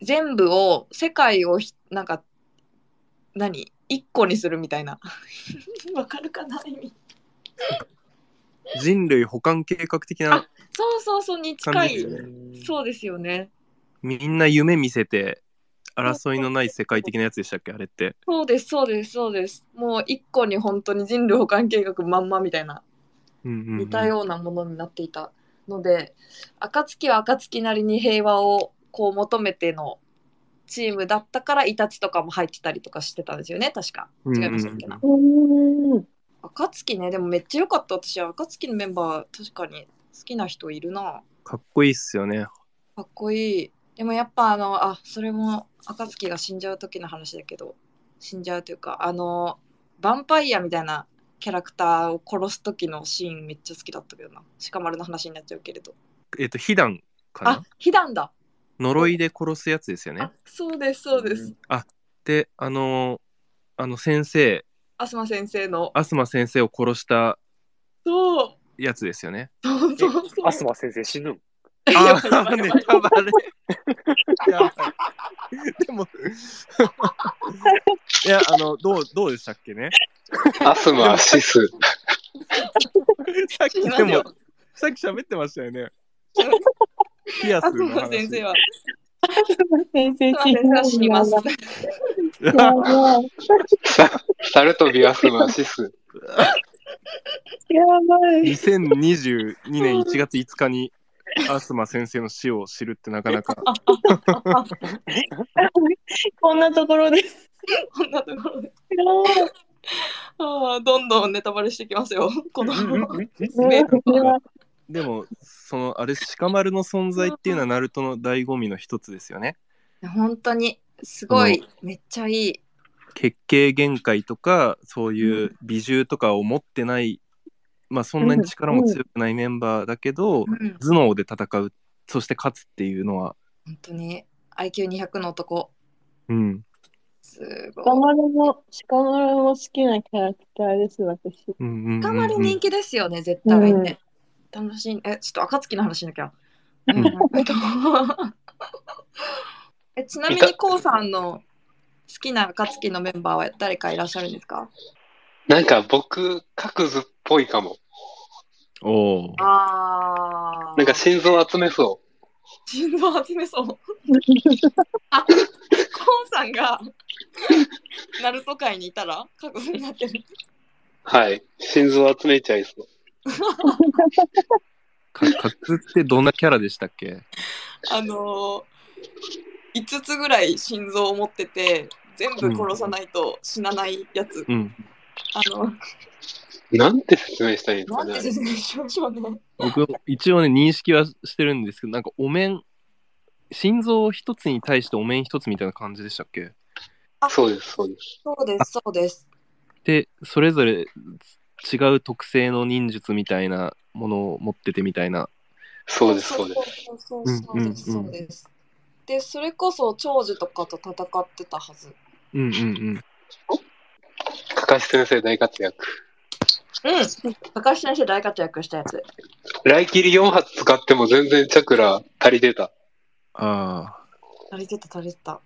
Speaker 3: 全部を、世界をひ、なんか、何一個にするみたいな。わかるかな意味。
Speaker 7: 人類保管計画的な
Speaker 3: そうそうそう、に近
Speaker 7: 感じ
Speaker 3: い
Speaker 7: です。ね。
Speaker 3: そうですよね。
Speaker 7: みんな夢見せて、争いのない世界的なやつでしたっけあれって。
Speaker 3: そうです、そうです、そうです。もう一個に本当に人類保管計画まんまみたいな。
Speaker 7: うんうんうん
Speaker 3: 似たようなものになっていたので、暁は暁なりに平和をこう求めてのチームだったからイタチとかも入ってたりとかしてたんですよね確か
Speaker 7: うんうん
Speaker 3: 違いましたっけな、
Speaker 5: うーん。
Speaker 3: 暁ねでもめっちゃ良かった私は暁のメンバー確かに好きな人いるな
Speaker 7: かっこいいっすよね。
Speaker 3: かっこいいでもやっぱあのあそれも暁が死んじゃう時の話だけど死んじゃうというかあのヴァンパイアみたいなキャラクターを殺す時のシーンめっちゃ好きだったけどな鹿丸の話になっちゃうけれど
Speaker 7: えっと、被弾か
Speaker 3: あ
Speaker 7: な、
Speaker 3: 被弾だ。
Speaker 7: 呪いで殺すやつですよね
Speaker 3: あ。、そうです、そうです。
Speaker 4: うん
Speaker 7: で、あのーあの先生、
Speaker 3: 東先生の。
Speaker 7: アスマ先生を殺した
Speaker 3: そう。
Speaker 7: やつです よね。
Speaker 3: そうそうそう。
Speaker 4: アスマ先生死ぬん
Speaker 7: ああ、ネタバレ。 やばいでも、 いや、あの、どう、どうでしたっけ ね。
Speaker 8: アスマ、シス。
Speaker 7: さっき
Speaker 3: 死
Speaker 7: で
Speaker 3: ぬよ
Speaker 7: も、さっき喋ってましたよね。ピアスの
Speaker 3: 東
Speaker 7: 話。
Speaker 3: 先生は。
Speaker 5: 先生
Speaker 3: 東先生は死にます。
Speaker 5: やばい。
Speaker 8: さ猿とびアスのアシス。
Speaker 5: やばい。
Speaker 7: 2022年1月5日にアスマ先生の死を知るってなかなか
Speaker 5: こんなところで。
Speaker 3: こんなところで。
Speaker 5: やばい
Speaker 3: あーどんどんネタバレしてきますよ。この。
Speaker 5: ねこれは
Speaker 7: でもそのあれ鹿丸の存在っていうのはナルトの醍醐味の一つですよね
Speaker 3: 本当に、すごい、めっちゃいい。
Speaker 7: 血形限界とかそういう美獣とかを持ってない、まあそんなに力も強くないメンバーだけど、
Speaker 3: うん、
Speaker 7: 頭脳で戦うそして勝つっていうのは、
Speaker 3: 本当に、IQ200 の男。
Speaker 7: うん、
Speaker 3: すごい
Speaker 5: 鹿。丸も、鹿丸も好きなキャラクターです、私。
Speaker 7: うんうんうんうん
Speaker 3: 深まり人気ですよね、絶対ね。楽しい。え、ちょっと暁の話しなきゃ。うんん、えっと えちなみに、こうさんの好きな暁のメンバーは誰かいらっしゃるんですか
Speaker 8: なんか僕、各図っぽいかも。
Speaker 7: おー
Speaker 3: あ
Speaker 8: なんか心臓集めそ
Speaker 3: 心臓集め そう。コンさんがナルト界にいたら覚悟になってる。
Speaker 8: う。はい。心臓集めちゃいそう。
Speaker 7: かカツってどんなキャラでしたっけ
Speaker 3: あのー、5つぐらい心臓を持ってて全部殺さないと死なないやつ。
Speaker 7: うん
Speaker 3: あの
Speaker 8: なんて説明したらいいの
Speaker 3: な
Speaker 8: か
Speaker 3: ん
Speaker 8: な
Speaker 3: て説明しましょうね。
Speaker 7: 僕一応ね認識はしてるんですけどなんかお面心臓一つに対してお面一つみたいな感じでしたっけ
Speaker 8: そうです、そうです。
Speaker 3: そうです、そうです。
Speaker 7: でそれぞれ違う特性の忍術みたいなものを持っててみたいな
Speaker 8: そうです、そうです。
Speaker 3: そうそうそうです、
Speaker 7: うんうんう
Speaker 3: そう
Speaker 7: ん
Speaker 3: です。で、それこそ長寿とかと戦ってたはず。
Speaker 7: うんうん
Speaker 8: かかし先生大活躍。
Speaker 3: うん。高橋先生大活躍したやつ。
Speaker 8: 来切り4発使っても全然チャクラ足りてた。
Speaker 7: あ
Speaker 3: 足りてた、足りてた。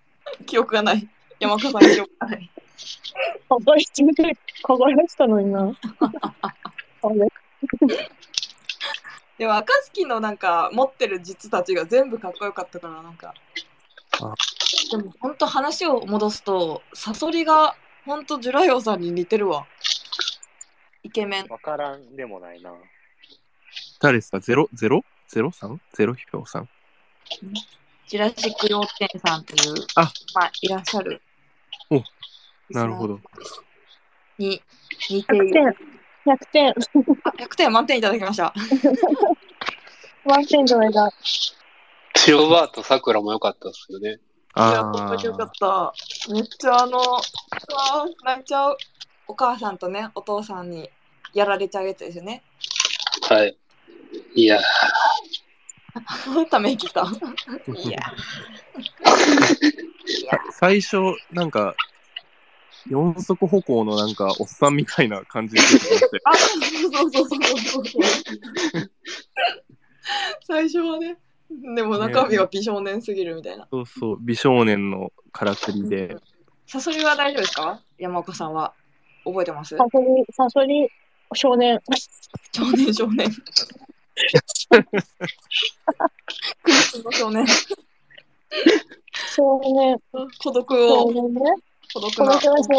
Speaker 3: 記憶がない。山岡さん、記憶がない。
Speaker 5: かばいつめて、かばい出したのにな。あれ
Speaker 3: でも、暁のなんか持ってる実たちが全部かっこよかったから、なんか
Speaker 7: あ。
Speaker 3: でも、本当話を戻すと、サソリが本当ジュラヨさんに似てるわ。イケメン。
Speaker 4: わからんでもない な。
Speaker 7: 誰ですかゼロゼロゼロさんゼロひょうさん
Speaker 3: ジュラシック幼稚園さんっていう、
Speaker 7: あ
Speaker 3: まあ、いらっしゃる。
Speaker 7: おなるほど。
Speaker 3: に似てい
Speaker 5: 100
Speaker 3: る。
Speaker 5: 点。100点。
Speaker 3: あ100点満点いただきました。
Speaker 5: 満点じゃないか。
Speaker 8: シオバーと桜も良かったですよね。
Speaker 3: いや、本当によかった。めっちゃあの、うわー泣いちゃう。お母さんとね、お父さんにやられちゃうやつですよね。
Speaker 8: はい。いやー、
Speaker 3: ため息きた。いや。
Speaker 7: 最初なんか四足歩行のなんかおっさんみたいな感じで出てきまして
Speaker 3: あ、そうそうそうそうそうそう。最初はね、でも中身は美少年すぎるみたいな。
Speaker 7: そうそう美少年のからくりで
Speaker 3: サソリは大丈夫ですか山岡さんは。覚えてます
Speaker 5: サソリ、サソリ、少年。
Speaker 3: 少年少年。クリスの少年。
Speaker 5: 少年。
Speaker 3: 孤独
Speaker 5: 少
Speaker 3: を、
Speaker 5: 年ね。
Speaker 3: 孤独
Speaker 5: この
Speaker 3: な
Speaker 5: 人は少年。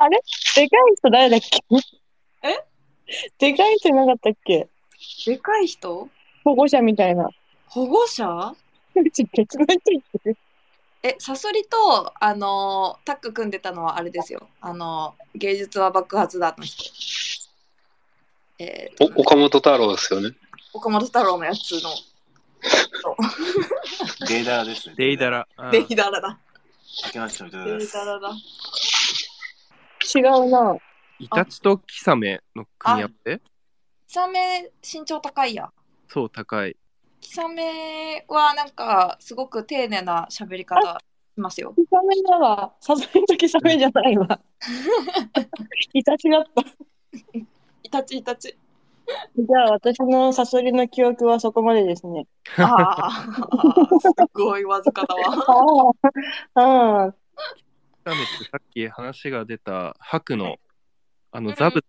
Speaker 5: あれでかい人誰だっけ
Speaker 3: え
Speaker 5: でかい人いなかったっけ
Speaker 3: でかい人
Speaker 5: 保護者みたいな。
Speaker 3: 保護者
Speaker 5: うち別の人言ってる。
Speaker 3: え、サソリと、あのータッグ組んでたのはあれですよ。あのー芸術は爆発だの人。えーと
Speaker 8: お岡本太郎ですよね。
Speaker 3: 岡本太郎のやつの
Speaker 1: デイダラですね。
Speaker 7: デイダ。ラあ
Speaker 3: デイダラだ。
Speaker 1: 竹梨のデイダラ
Speaker 3: デ
Speaker 1: で
Speaker 3: イ
Speaker 1: す。
Speaker 3: ダラだ。
Speaker 5: 違うな。
Speaker 7: イタチとキサメの組み合わせ
Speaker 3: キサメ身長高いや。
Speaker 7: そう高い
Speaker 3: キサメはなんかすごく丁寧な喋り方しますよ。
Speaker 5: キサメだわ。サソリとキサメじゃない わ。イタチだった。
Speaker 3: イタチイタチ。
Speaker 5: じゃあ私のサソリの記憶はそこまでですね。
Speaker 3: ああ、すごいわずかだわ。
Speaker 5: ああ、うん。
Speaker 7: キサメってさっき話が出た白のあのザブ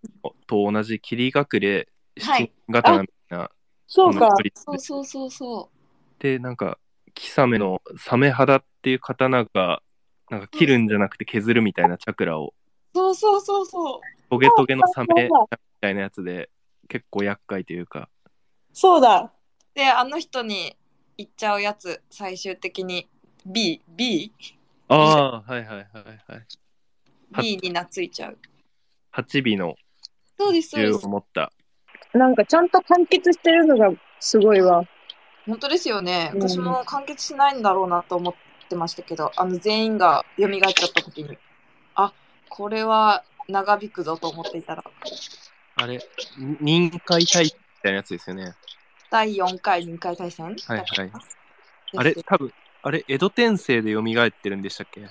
Speaker 7: と同じ霧隠れ
Speaker 3: はい
Speaker 7: 七人刀みたいな
Speaker 5: そうか
Speaker 7: の。一人
Speaker 3: そうそうそうそ
Speaker 7: でなんかキサメのサメ肌っていう刀が、なんか切るんじゃなくて削るみたいなチャクラを、
Speaker 6: そうそうそうそう。
Speaker 7: トゲトゲのサメみたいなやつで、結構厄介というか、
Speaker 5: そうだ。
Speaker 6: で、あの人に行っちゃうやつ、最終的に B、B、
Speaker 7: ああ、はいはいはいはい。
Speaker 6: B に懐いちゃう。
Speaker 7: 八尾の
Speaker 6: そうです、そう
Speaker 7: 銃
Speaker 6: で
Speaker 7: を
Speaker 6: す。
Speaker 7: 持った。
Speaker 5: なんかちゃんと完結してるのがすごいわ。
Speaker 6: 本当ですよね。
Speaker 5: うん
Speaker 6: 私も完結しないんだろうなと思ってましたけど、あの全員が蘇っちゃった時に、あ、これは長引くぞと思っていたら、
Speaker 7: あれ、人海対みたいなやつですよね。
Speaker 6: 第4回、2回対戦
Speaker 7: はいはいあ
Speaker 6: あ
Speaker 7: れ、
Speaker 6: れ
Speaker 7: 多分あれ、江戸天生で蘇ってるんでしたっけ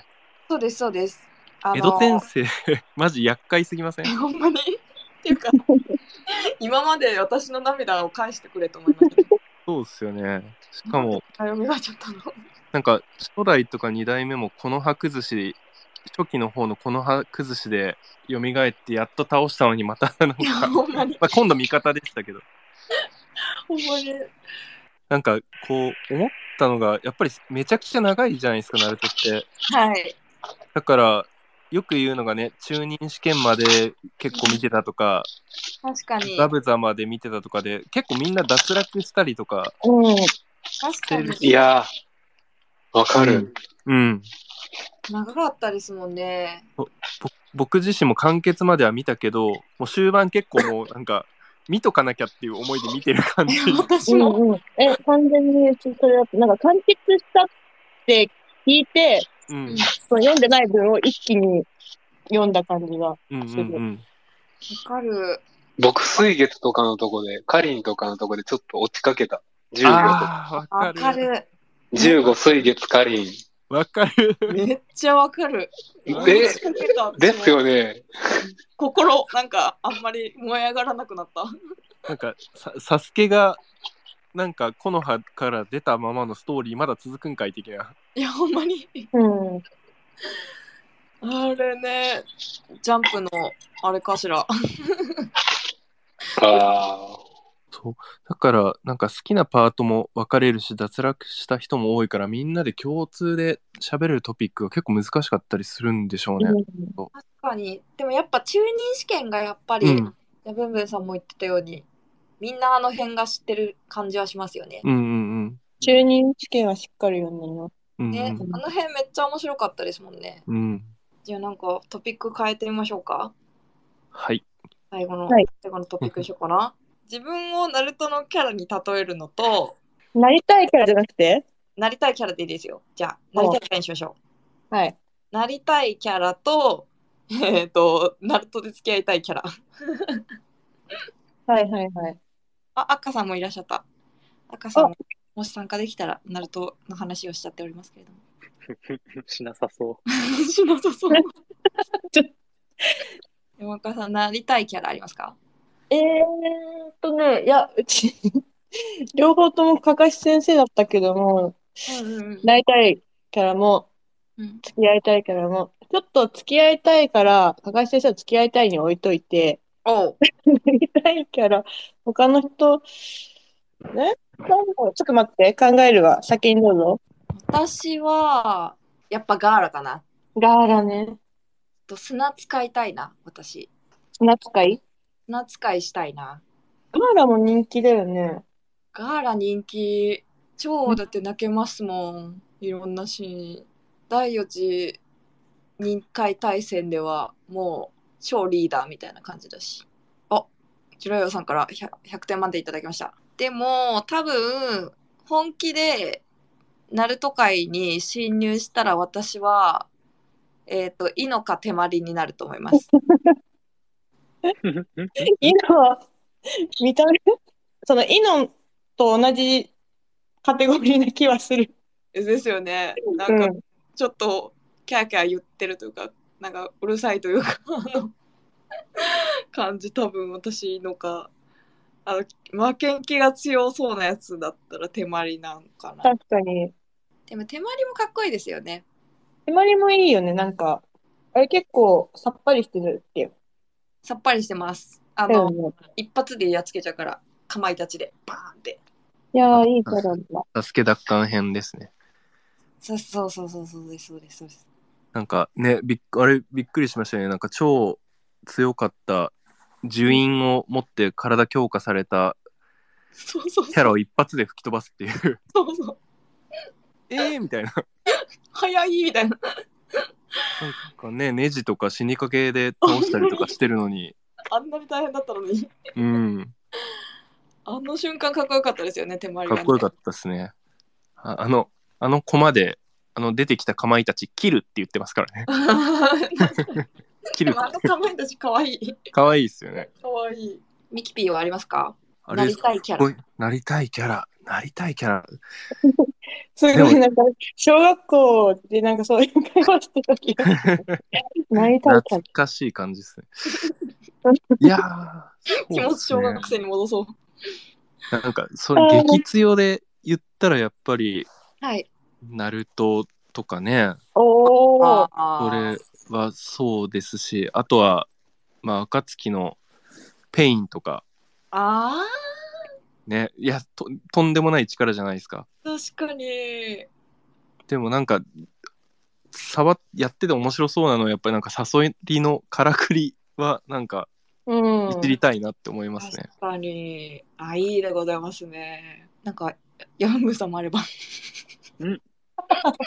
Speaker 6: そうです、そうです。あの
Speaker 7: 江戸天生、 マジ厄介すぎま せん
Speaker 6: ほんまにって いうか、今まで私の涙を返してくれと思いまし
Speaker 7: そうっすよね。しかも、
Speaker 6: た。 あ、蘇っちゃったの。
Speaker 7: なんか、初代とか二代目もこの白寿司、初期の方のこの白寿司で蘇って、やっと倒したのに、また、なん
Speaker 6: いや、
Speaker 7: か、
Speaker 6: ほんまに、
Speaker 7: まあ、今度味方でしたけど、
Speaker 6: ほんまに。
Speaker 7: なんか、こう、思ったのが、やっぱりめちゃくちゃ長いじゃないですか、ナルトって。
Speaker 6: はい。
Speaker 7: だから、よく言うのがね、中任試験まで結構見てたとか、
Speaker 6: 確かに
Speaker 7: ラ。ブザまで見てたとかで、結構みんな脱落したりとか、
Speaker 5: うん。
Speaker 6: 確かに。
Speaker 8: いやー、わかる。
Speaker 7: うん、
Speaker 6: 長かったですもんね。
Speaker 7: 僕自身も完結までは見たけど、もう終盤結構もうなんか、見とかなきゃっていう思いで見てる感じ。
Speaker 6: 私
Speaker 5: う
Speaker 6: も。
Speaker 5: んうん。え、完全にそれだと、なんか完結したって聞いて、
Speaker 7: うん、
Speaker 5: その読んでない文を一気に読んだ感じが。
Speaker 7: うん、うん、うん。
Speaker 6: わかる。
Speaker 8: 僕、水月とかのとこで、カリンとかのとこでちょっと落ちかけた。15
Speaker 7: ああ、わ
Speaker 6: わ
Speaker 7: か
Speaker 6: か
Speaker 7: る。
Speaker 6: る。
Speaker 8: と。15水月カリン。
Speaker 7: わかる。
Speaker 6: めっちゃわかる。
Speaker 8: で、
Speaker 6: 仕掛けた
Speaker 8: ですよね。
Speaker 6: 心、なんか、あんまり燃え上がらなくなった。
Speaker 7: なんか、さサスケが、なんか、木の葉から出たままのストーリー、まだ続くんかい的な。
Speaker 6: いや、ほんまに。
Speaker 5: うん。
Speaker 6: あれね、ジャンプの、あれかしら。
Speaker 8: あ
Speaker 7: そう。だから、なんか好きなパートも分かれるし、脱落した人も多いから、みんなで共通で喋るトピックが結構難しかったりするんでしょうね。
Speaker 6: 確かに。でもやっぱ中任試験がやっぱ
Speaker 7: う
Speaker 6: り、
Speaker 7: ん。
Speaker 6: ヤブンブンさんも言ってたように、みんなあの辺が知ってる感じはしますよね。
Speaker 7: うんうん
Speaker 5: 中任試験はしっかり読んでな。
Speaker 7: うん。うん
Speaker 6: ね、あの辺めっちゃ面白かったですもんね。
Speaker 7: うん。うん。
Speaker 6: じゃあなんかトピック変えてみましょうか。
Speaker 7: はい。
Speaker 6: 最後の、
Speaker 5: はい
Speaker 6: 最後のトピックにしようかな。自分をナルトのキャラに例えるのと、
Speaker 5: なりたいキャラじゃなくて
Speaker 6: なりたいキャラでいいですよ。じゃあ、なりたいキャラにしましょ
Speaker 5: はい。
Speaker 6: う。なりたいキャラと、 えっ、と、ナルトで付き合いたいキャラ。
Speaker 5: はいはいはい。
Speaker 6: あ、赤さんもいらっしゃった。赤さんも、もし参加できたら、ナルトの話をしちゃっておりますけれど も。
Speaker 4: しなさそ
Speaker 6: しなさそう
Speaker 5: ちょっと。
Speaker 6: 山岡さん、なりたいキャラありますか
Speaker 5: えーっとね、いや、う ち、両方ともかかし先生だったけども、
Speaker 6: うんうんうん。
Speaker 5: なりたいキャラも、
Speaker 6: うん
Speaker 5: 付き合いたいキャラも、ちょっと付き合いたいから、かかし先生は付き合いたいに置いといて、
Speaker 6: おう。
Speaker 5: なりたいキャラ、他の人、ね、なんだろうちょっと待って、考えるわ。先にどうぞ。
Speaker 6: 私は、やっぱガーラかな。
Speaker 5: ガーラね。
Speaker 6: と砂使いたいな、私。
Speaker 5: 砂使い
Speaker 6: 砂使いしたいな。
Speaker 5: ガーラも人気だよね。
Speaker 6: ガーラ人気、超だって泣けますもん。いろんなシーン。第4次任回対戦では、もう超リーダーみたいな感じだし。あ、ジロヨさんから 100, 100点満点いただきました。でも、多分、本気で、ナルト界に侵入したら私は、えっ、と、イノか手まりになると思います。
Speaker 4: う。
Speaker 5: イノは、見た目そのイノと同じカテゴリーな気はする。
Speaker 6: ですよね。な
Speaker 5: うん
Speaker 6: か
Speaker 5: ん。
Speaker 6: ちょっとキャーキャー言ってるというかなんかうるさいというか あの感じ多分私のかあの負けん気が強そうなやつだったら手まりなんかな
Speaker 5: 確かに。
Speaker 6: でも手まりもかっこいいですよね
Speaker 5: 手まりもいいよね、なんか。あれ結構さっぱりしてるっていう。
Speaker 6: さっぱりしてますあ
Speaker 5: だ
Speaker 6: の、
Speaker 5: よね。
Speaker 6: 一発でやっつけちゃうからかまいたちでバーンって
Speaker 5: いやー、いいキャラだ。
Speaker 7: サスケ奪還編ですね。
Speaker 6: そうそうそうそうそうですそうですそうです。
Speaker 7: なんかね、びっあれびっくりしましたね。なんか超強かった呪印を持って体強化された
Speaker 6: そうそう
Speaker 7: キャラを一発で吹き飛ばすっていう。
Speaker 6: そうそう。
Speaker 7: えーみたいな。
Speaker 6: 早いみたいな。
Speaker 7: なんかね、ネジとか死にかけで倒したりとかしてるのに。
Speaker 6: あんなに大変だったのに。
Speaker 7: うん。
Speaker 6: あの瞬間かっこよかったですよね手回り
Speaker 7: か
Speaker 6: が、
Speaker 7: っこよかったですね。ああの、あの駒で、あの出てきたかまいたち、切るって言ってますから ね。
Speaker 6: た。
Speaker 7: 切
Speaker 6: で
Speaker 7: る
Speaker 6: もあのかまいたち可愛い。
Speaker 7: かわいいですよね。
Speaker 6: 可愛い。ミキピーはありますか？
Speaker 7: あれ
Speaker 6: なりたいキャラ
Speaker 7: すごいなりたいキャラ。なりたいキャラ。
Speaker 5: すご
Speaker 7: でも
Speaker 5: い、なんか、小学校でなんかそういう会話してた気が。 なりたいキャ
Speaker 7: 懐かしい感じですね。いやー、
Speaker 6: 気
Speaker 7: そう
Speaker 6: 持
Speaker 7: っ
Speaker 6: ち
Speaker 7: す
Speaker 6: 小
Speaker 7: ね
Speaker 6: 学生に戻そう。
Speaker 7: なんか、それ激強で言ったらやっぱり、
Speaker 6: はい。
Speaker 7: ナルトとかね、
Speaker 5: おー。
Speaker 7: そ
Speaker 6: あ
Speaker 7: れはそうですし、あとは、まあ、暁のペインとか、
Speaker 6: あ
Speaker 7: ね、いやと、とんでもない力じゃないですか。
Speaker 6: ー確かに。
Speaker 7: でもなんか、触っやってて面白そうなのは、やっぱりなんか、誘いのからくりは、なんか、
Speaker 5: うん。
Speaker 7: いじりたいなって思いますね。
Speaker 6: 確かに。あ、いいでございますね。なんか、ヤングさんもあれば。
Speaker 4: うん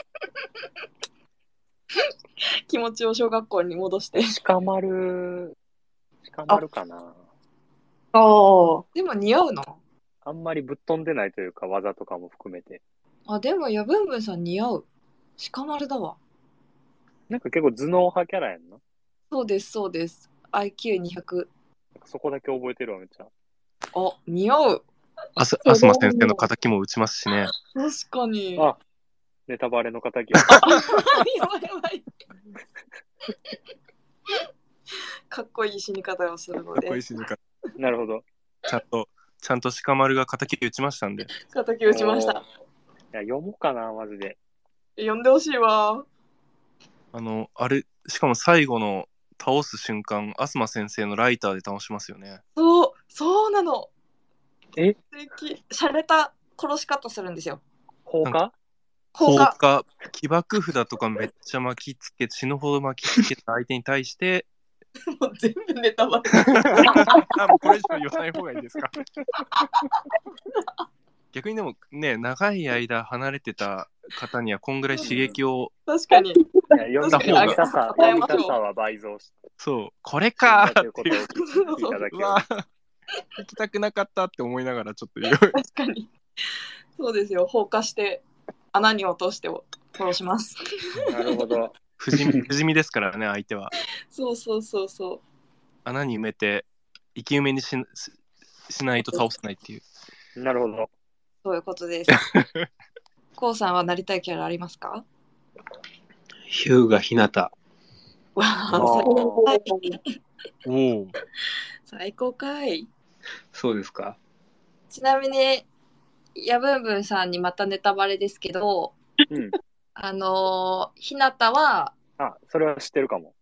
Speaker 6: 気持ちを小学校に戻して。
Speaker 4: 捕まる、捕まるかな。
Speaker 5: あー。
Speaker 6: でも似合うの
Speaker 4: あんまりぶっ飛んでないというか、技とかも含めて。
Speaker 6: あ、でもヤブンブンさん似合う。鹿丸だわ。
Speaker 4: なんか結構頭脳派キャラやんな。
Speaker 6: そうです、そうです。IQ200。
Speaker 4: なんかそこだけ覚えてるわ、めっちゃ。
Speaker 6: あ、似合う。
Speaker 7: あす、あすま先生の敵も打ちますしね。
Speaker 6: 確かに。
Speaker 4: あネタバレの敵。
Speaker 6: やばいやばいかっこいい死に方をするの
Speaker 7: かっこい
Speaker 6: で
Speaker 7: い。し、なんか
Speaker 4: なるほど。
Speaker 7: ちゃんと、ちゃんと鹿丸が敵打ちましたんで。
Speaker 6: 敵打ちました。
Speaker 4: いや、読もうかな、マジで。
Speaker 6: 呼んでほしいわ。
Speaker 7: あの、あれ、しかも最後の倒す瞬間、あすま先生のライターで倒しますよね。
Speaker 6: そう、そうなの。
Speaker 4: え
Speaker 6: 素敵。洒落た殺し方するんですよ。
Speaker 4: 放火
Speaker 6: 放火。
Speaker 7: 火起爆札とかめっちゃ巻きつけ、死ぬほど巻きつけた相手に対して、
Speaker 6: もう全部ネタバ レ。
Speaker 7: あもうこれ以上言わない方がいいですか。 逆にでもね、長い間離れてた方にはこんぐらい刺激を、
Speaker 6: 確かに。
Speaker 4: いや読んだ方が、読みた
Speaker 6: 確
Speaker 4: さ、
Speaker 6: か
Speaker 4: 読
Speaker 6: に
Speaker 4: みたさは倍増して
Speaker 7: そう、これか
Speaker 4: だと
Speaker 7: ー
Speaker 4: いう
Speaker 7: っ
Speaker 4: こ
Speaker 7: て
Speaker 4: とを
Speaker 7: いう。
Speaker 4: 聞いただけ
Speaker 7: う
Speaker 4: で
Speaker 7: わー行きたくなかったって思いながらちょっといろいろ
Speaker 6: 確かに。そうですよ。放火して穴に落として殺します。
Speaker 4: なるほど。
Speaker 7: 不死 身不死身ですからね相手は
Speaker 6: そうそうそうそう。
Speaker 7: 穴に埋めて生き埋めにしししないと倒せないっていう
Speaker 4: なるほど。
Speaker 6: そういうこと です。こうさんはなりたいキャラありますか？
Speaker 9: ヒューがひなた。
Speaker 6: わ
Speaker 4: あ
Speaker 6: あ、
Speaker 4: ー
Speaker 6: 最高
Speaker 7: おお
Speaker 6: 最高かい。
Speaker 9: そうですか。
Speaker 6: ちなみにヤブンブンさんにまたネタバレですけど、
Speaker 4: うん。
Speaker 6: あのー、ひなたは
Speaker 4: あ、それは知ってるかも。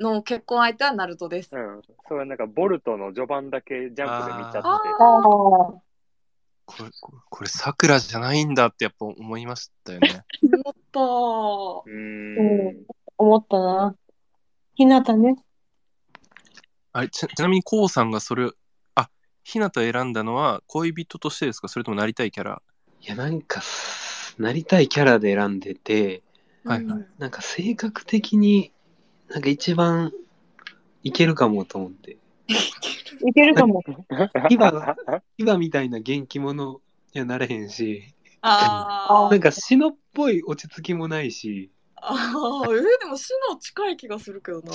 Speaker 6: の結婚相手はナルトです。
Speaker 4: うん。それはなんか、ボルトの序盤だけジャンプで見ちゃって
Speaker 6: あ
Speaker 5: あ
Speaker 6: あ、
Speaker 5: ー。
Speaker 7: これこれこれさくらじゃないんだってやっぱ思いましたよ ね
Speaker 6: もっと。
Speaker 4: うーん。
Speaker 5: 思ったな。ひなたね。
Speaker 7: あれちちなみにこうさんがそれあひなた選んだのは恋人としてですかそれともなりたいキャラ
Speaker 9: いや、なんかす、なりたいキャラで選んでて、
Speaker 7: はいはい
Speaker 9: なんか性格的になんか一番いけるかもと思って。
Speaker 5: いけるかも。
Speaker 9: 今今みたいな元気者にはなれへんし、
Speaker 6: あ
Speaker 9: なんか篠っぽい落ち着きもないし、
Speaker 6: あー、えー、でも死の近い気がするけどな。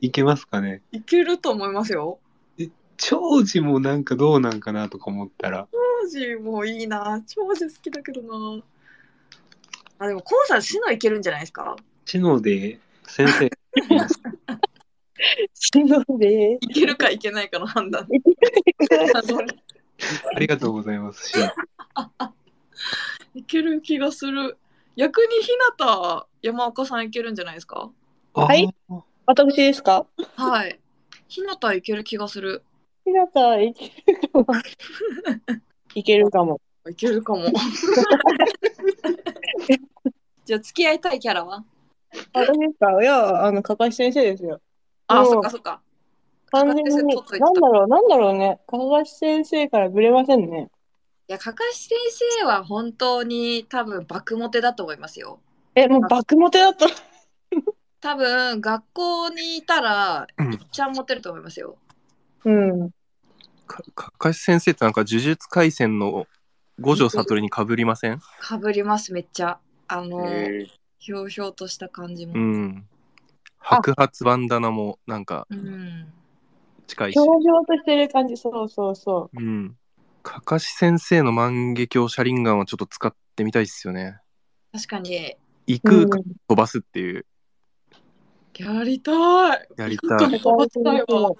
Speaker 9: いけますかね。
Speaker 6: いけると思いますよ。
Speaker 9: 長寿もなんかどうなんかなとか思ったら、
Speaker 6: 長寿もいいな。長寿好きだけどな。あ、でも、コウさん、死のいけるんじゃないですか。
Speaker 9: 篠で先生、
Speaker 5: しので。
Speaker 6: いけるかいけないかの判断。
Speaker 9: ありがとうございます。篠
Speaker 6: いける気がする。逆に日向山岡さんいけるんじゃないですか。
Speaker 9: あー
Speaker 5: はい私ですか
Speaker 6: はい。日向いける気がする。
Speaker 5: ひなた、いける かも。いけるかも。
Speaker 6: いけるか も。じゃあ付き合いたいキャラは
Speaker 5: 私ですかいや、あの、かかし先生ですよ。
Speaker 6: あ、
Speaker 5: もう
Speaker 6: そっかそっか。
Speaker 5: 完全に、
Speaker 6: かかし先生取っといた
Speaker 5: なんだろう、なんだろうね。かかし先生からぶれませんね。
Speaker 6: いや、かかし先生は本当に多分爆モテだと思いますよ。
Speaker 5: え、もうバクモテだった。
Speaker 6: 多分学校にいたら
Speaker 7: うん
Speaker 6: いっちゃんモテると思いますよ。
Speaker 5: うん。
Speaker 7: かかかし先生ってなんか呪術廻戦の五条悟にかぶりません
Speaker 6: かぶりますめっちゃ。あの、
Speaker 4: えー
Speaker 6: ひょうひょうとした感じも。
Speaker 7: う
Speaker 6: うん。
Speaker 7: ん白髪バンダナもなんか近いし、
Speaker 5: 表情としてる感じ、そうそうそう。
Speaker 7: うん、かかし先生の万華鏡シャリンガンはちょっと使ってみたいっすよね
Speaker 6: 確かに。
Speaker 7: 異
Speaker 5: う
Speaker 7: 空
Speaker 5: ん
Speaker 7: 間飛ばすっていう
Speaker 6: やりたい。
Speaker 7: やりたい、
Speaker 6: うん飛ばしたいわ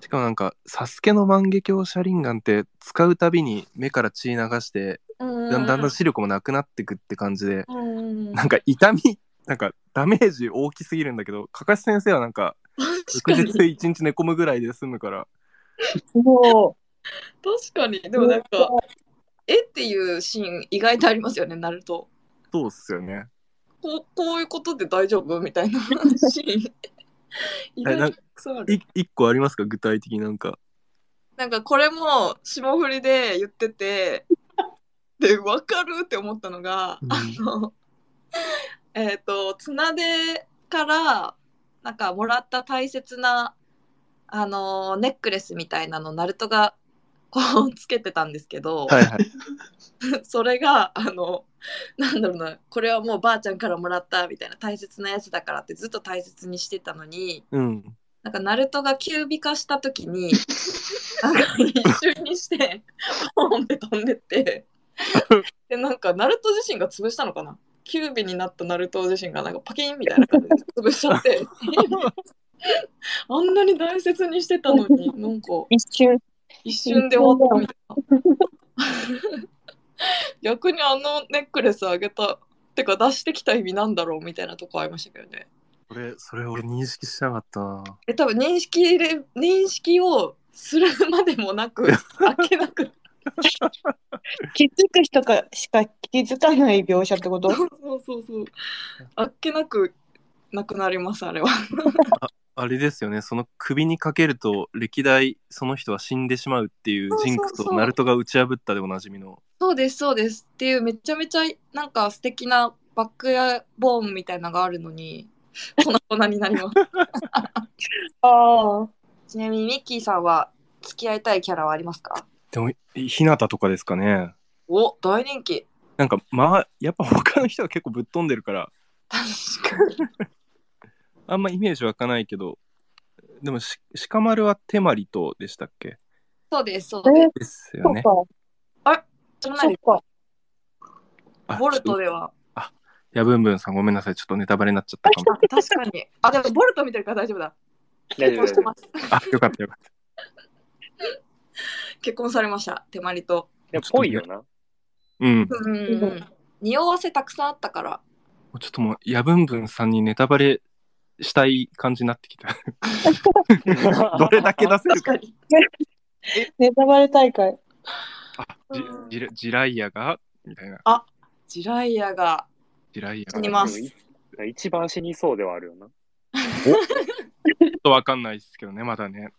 Speaker 7: しかもなんか「サスケの万華鏡シャリンガンって使うたびに目から血流して
Speaker 6: うん
Speaker 7: だんだんだん視力もなくなってくって感じで
Speaker 6: うん
Speaker 7: なんか痛みなんかダメージ大きすぎるんだけどかかし先生はなんか
Speaker 6: 確
Speaker 7: 翌
Speaker 6: かに。
Speaker 7: 日一日寝込むぐらいで済むから
Speaker 5: も
Speaker 6: 確かに。でもなんか、えっていうシーン意外とありますよね、ナルト。
Speaker 7: そうっすよね
Speaker 6: こうこういうことで大丈夫みたい なシーン。意
Speaker 7: え
Speaker 6: 外
Speaker 7: なん
Speaker 6: とたくさんある。
Speaker 7: い一個ありますか具体的なんか
Speaker 6: なんかこれも霜降りで言ってて、で、わかるって思ったのが、
Speaker 7: うん
Speaker 6: あの、えっ、と、綱でから、なんかもらった大切な、あのネックレスみたいなの、ナルトが、こう、つけてたんですけど、
Speaker 7: はいはい
Speaker 6: それがあの なんだろうなこれはもうばあちゃんからもらったみたいな大切なやつだからってずっと大切にしてたのに
Speaker 7: うん
Speaker 6: なんかナルトがキュービ化した時になんか一瞬にしてポンって飛んでってでなんかナルト自身が潰したのかなキュービになったナルト自身がなんかパキンみたいな感じで潰しちゃってあんなに大切にしてたのになんか。
Speaker 5: う、一瞬。
Speaker 6: 一瞬で終わったみたいな。 逆にあのネックレスあげたてか出してきた意味なんだろうみたいなとこありましたけどね。
Speaker 7: それそれ俺認識してなかったな
Speaker 6: え多分認識で認識をするまでもな く開けなく
Speaker 5: 気づく人かしか気づかない描写ってこと
Speaker 6: そうそうそうそうあっけなくなくなりますあれは。
Speaker 7: あれですよねその首にかけると歴代その人は死んでしまうっていう
Speaker 6: そうそう
Speaker 7: ジ
Speaker 6: そう
Speaker 7: ンクとナルトが打ち破ったでおなじみの
Speaker 6: そうですそうですっていうめちゃめちゃなんか素敵なバックヤボーンみたいなのがあるのに粉々になり ます。
Speaker 5: ああ。
Speaker 6: ちなみにミッキーさんは付き合いたいキャラはありますか
Speaker 7: でもひなたとかですかね
Speaker 6: お大人気
Speaker 7: なんかまあやっぱ他の人は結構ぶっ飛んでるから
Speaker 6: 確かに
Speaker 7: あんまイメージ湧かないけどでもし鹿丸は手まりとでしたっけ
Speaker 6: そうですそう
Speaker 5: え
Speaker 6: です
Speaker 5: ー、
Speaker 7: ですよ
Speaker 5: そっ
Speaker 7: ね
Speaker 5: か、
Speaker 6: その
Speaker 5: そ
Speaker 6: 前
Speaker 5: っ
Speaker 6: に
Speaker 5: か。
Speaker 7: あ
Speaker 6: ボル
Speaker 7: ちょ
Speaker 6: ト
Speaker 7: っと
Speaker 6: では
Speaker 7: やぶんぶんさんごめんなさいちょっとネタバレになっちゃった かも
Speaker 6: 確かにあでもボルト見てるから大丈夫だ
Speaker 4: 大
Speaker 6: 結
Speaker 4: 丈
Speaker 6: 婚
Speaker 4: 夫
Speaker 6: して
Speaker 4: 大丈夫
Speaker 6: ます
Speaker 7: あよかったよかっ
Speaker 6: 結婚されました手まりと
Speaker 4: でもぽいよな。
Speaker 7: たうん
Speaker 6: うんうんうん匂わせたくさんあったから
Speaker 7: もうちょっともう、やぶんぶんさんにネタバレしたい感じになってきた。 どれだけ出せ
Speaker 6: 確
Speaker 7: るか。
Speaker 6: かに
Speaker 5: ネタバレ大会。
Speaker 7: じじらジライアがみたいな。
Speaker 6: ジライアが
Speaker 7: ジライア
Speaker 6: 死に
Speaker 7: が。ちょ
Speaker 6: ます
Speaker 4: でもい一番死にそうではあるよな。
Speaker 7: っとわかんないですけどね、まだね。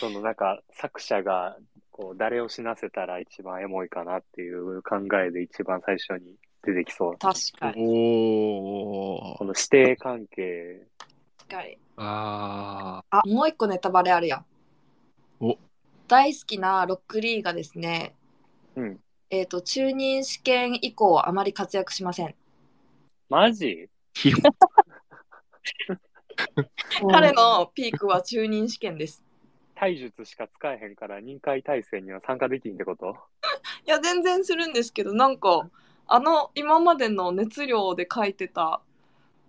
Speaker 4: そのなんか作者がこう誰を死なせたら一番エモいかなっていう考えで一番最初に出てきそう。
Speaker 6: 確かに
Speaker 7: お
Speaker 4: こ
Speaker 7: ー。
Speaker 4: の師弟関係、
Speaker 6: 確かに
Speaker 7: あ
Speaker 6: あもう一個ネタバレあるやん
Speaker 7: お
Speaker 6: 大好きなロックリーがですね
Speaker 4: うん、
Speaker 6: えっ、と中任試験以降あまり活躍しません
Speaker 4: マジ
Speaker 6: 彼のピークは中任試験です
Speaker 4: 体術しか使えへんから任界対戦には参加できんってこと
Speaker 6: いや全然するんですけどなんかあの今までの熱量で書いてた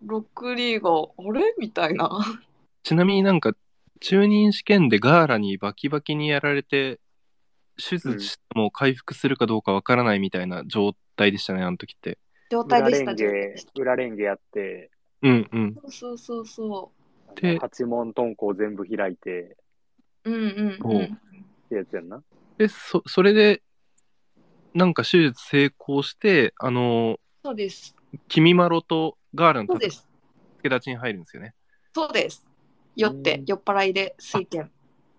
Speaker 6: ロックリーがあれみたいな
Speaker 7: ー。ちなみになんか、中任試験でガーラにバキバキにやられて、手術しても回復するかどうかわからないみたいな状態でしたね、あの時って。
Speaker 6: 状態
Speaker 4: 裏
Speaker 6: で
Speaker 4: レ
Speaker 6: し
Speaker 4: ン
Speaker 6: た
Speaker 4: ゲ
Speaker 6: 状態でし、
Speaker 4: 裏レンゲやって、
Speaker 7: うんうん。
Speaker 6: たそうそうそうそ
Speaker 4: あの
Speaker 7: で
Speaker 4: 八門遁甲全部開いて、
Speaker 6: うんうん
Speaker 7: おう
Speaker 4: てやつやんな。
Speaker 7: で、そ、それで、なんか手術成功して、あの、
Speaker 6: そうです
Speaker 7: 君まろとガーラン
Speaker 6: そ
Speaker 7: ド
Speaker 6: う
Speaker 7: 助
Speaker 6: です
Speaker 7: け立ちに入るんですよね。
Speaker 6: そうです酔って酔っ払いで水拳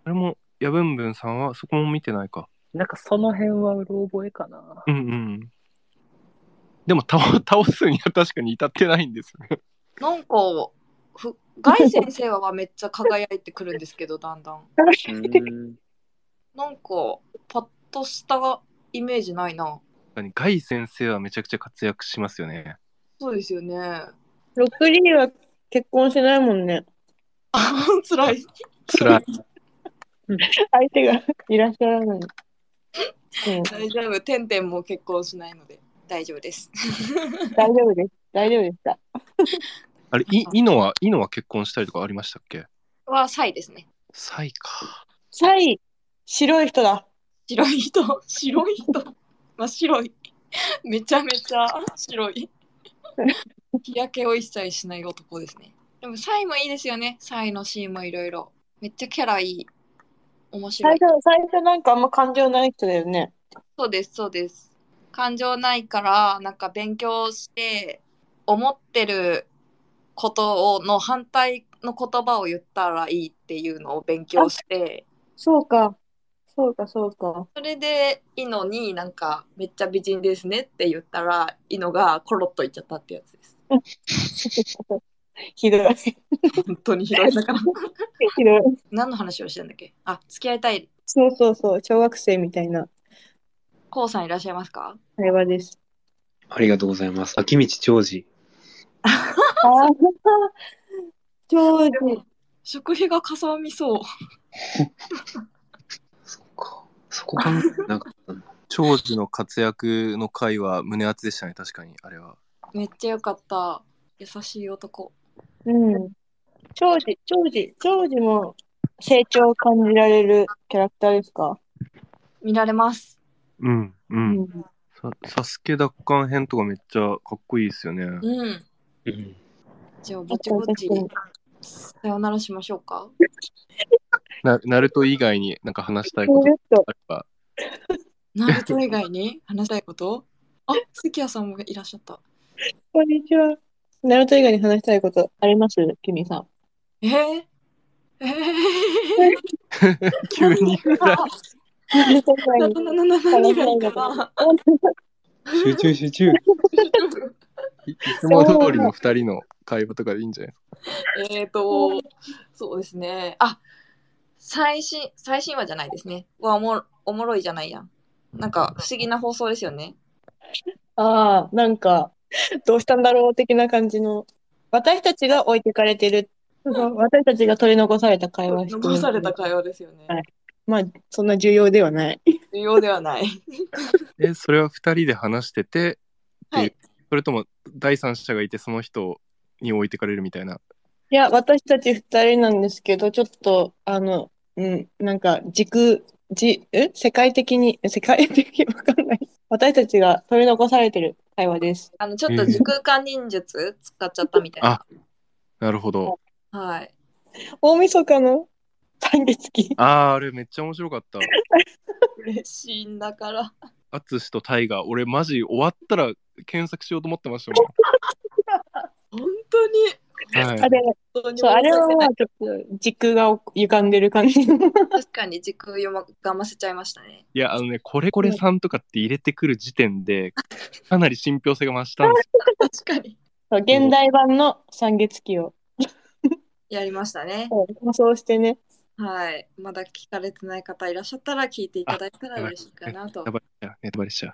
Speaker 7: あれも、ヤブンブンさんはそこも見てないか。
Speaker 4: なんかその辺はうろ覚えかな。
Speaker 7: うんうん。でも倒、倒すには確かに至ってないんですよね。
Speaker 6: なんかふ ガイ先生はめっちゃ輝いてくるんですけどだんだん
Speaker 4: うん。
Speaker 6: なんかパッとしたイメージないな
Speaker 7: 確かにガイ先生はめちゃくちゃ活躍しますよね。
Speaker 6: そうですよね
Speaker 5: ロックリーは結婚しないもんね。
Speaker 6: 辛い
Speaker 7: 辛い。
Speaker 5: 相手がいらっしゃらない。うん、
Speaker 6: 大丈夫てんてんも結婚しないので大丈夫です
Speaker 5: 大丈夫です。大丈夫でした。
Speaker 7: あれ、い、イノは、イノは結婚したりとかありましたっけ
Speaker 6: はサイですね
Speaker 7: サイか。
Speaker 5: サイ、白い人だ。
Speaker 6: 白い人白い人まあ白いめちゃめちゃ白い日焼けを一切しない男ですねでもサイもいいですよねサイのシーンもいろいろめっちゃキャラいい面白
Speaker 5: 最
Speaker 6: い
Speaker 5: 初、最初なんかあんま感情ない人だよね。
Speaker 6: そうですそうです感情ないからなんか勉強して思ってることをの反対の言葉を言ったらいいっていうのを勉強して
Speaker 5: そうか。そうか、そうか。
Speaker 6: それで、イノになんか、めっちゃ美人ですねって言ったら、イノがコロッといっちゃったってやつです。
Speaker 5: ひどい。
Speaker 6: 本当にひどいだから。
Speaker 5: ひどい。
Speaker 6: 何の話をしてんだっけあ、付き合いたい。
Speaker 5: そうそうそう。小学生みたいな
Speaker 6: コウさんいらっしゃいますか
Speaker 5: 会話 です。
Speaker 9: ありがとうございます。秋道ジョージ。
Speaker 5: ああ、超
Speaker 6: でも食費がかさみそう。
Speaker 9: そっか。そこ考えてなかったな。
Speaker 7: 長寿の活躍の回は胸熱でしたね、確かに、あれは。
Speaker 6: めっちゃよかった。優しい男。
Speaker 5: うん。長寿、長寿、長寿も成長を感じられるキャラクターですか
Speaker 6: 見られます。
Speaker 7: うん、う。
Speaker 5: うんん。
Speaker 7: さサスケ奪還編とかめっちゃかっこいいですよね。
Speaker 6: うん。
Speaker 9: うん。
Speaker 6: じゃあ、ぼちぼち。さよならしましょうか。
Speaker 7: なナルト以外になんか話したい
Speaker 5: そ
Speaker 7: こ
Speaker 5: う
Speaker 7: と
Speaker 5: で
Speaker 7: が
Speaker 5: すと、
Speaker 7: あれば。
Speaker 6: ナルト以外に話したいことあ、関谷さんもいらっしゃった。
Speaker 5: こんにちは。ナルト以外に話したいことありますキミさ ん。
Speaker 6: えー、えー、
Speaker 7: 急に振られ
Speaker 6: なななな 何がいいかな
Speaker 9: 集中集中。
Speaker 7: いつも通りの2人の会話とかでいいんじゃない
Speaker 6: えっと、そうですね。あ、最新、最新話じゃないですね。はおも、おもろいじゃないやん。なんか、不思議な放送ですよね。
Speaker 5: ああ、なんか、どうしたんだろう的な感じの。私たちが置いてかれてる。私たちが取り残された会話してる。
Speaker 6: 残された会話ですよね。
Speaker 5: はいまあ、そんな重要ではない。
Speaker 6: 重要ではない。
Speaker 7: え、それは2人で話してて、
Speaker 6: は
Speaker 7: っ
Speaker 6: い
Speaker 7: て。それとも第三者がいてその人に置いてかれるみたいな。
Speaker 5: いや、私たち二人なんですけど、ちょっと、あの、うん、なんか、軸、じ、え世界的に、世界的、わかんない。私たちが取り残されてる会話です。
Speaker 6: あの、ちょっと時空間忍術使っちゃったみたいな。
Speaker 7: なるほど。
Speaker 6: はい。
Speaker 5: 大晦日の三月期。
Speaker 7: あー、あれめっちゃ面白かった。
Speaker 6: 嬉しいんだから。
Speaker 7: アツシとタイガー、俺マジ終わったら検索しようと思ってましたも
Speaker 6: 本当に。
Speaker 7: ん。は
Speaker 5: あ
Speaker 7: い、
Speaker 5: れ、
Speaker 6: 本当に
Speaker 5: そう、あれはま
Speaker 6: 思い出せな
Speaker 5: あ
Speaker 6: い
Speaker 5: ちょっと、軸が歪んでる感じ。
Speaker 6: 確かに時空読まがませちゃいましたね。
Speaker 7: いや、あのね、これこれさんとかって入れてくる時点で、かなり信憑性が増したんですよ。
Speaker 6: 確かに。
Speaker 5: そう現代版の三月期を
Speaker 6: やりましたね。
Speaker 5: 放送してね。
Speaker 6: はい。まだ聞かれてない方いらっしゃったら聞いていただいたら嬉しいかなと
Speaker 7: や。ばい、やネタバレしちゃう。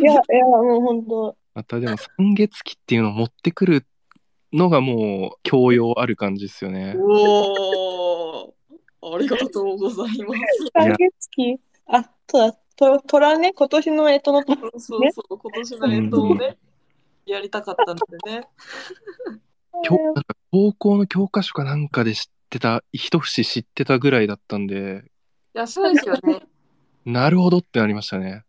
Speaker 5: いや、いや、もう本当、
Speaker 7: またでも、三月期っていうのを持ってくるのがもう、教養ある感じですよね。
Speaker 6: おお、ありがとうございます。
Speaker 5: 三月期。あ、そうだ、と、虎ね、今年の干支の虎
Speaker 6: そうそうそう、今年の演奏をね、やりたかったんでね。
Speaker 7: きょなんか高校の教科書かなんかで知ってた、一節知ってたぐらいだったんで、
Speaker 6: いや、そうですよね。
Speaker 7: なるほどってなりましたね。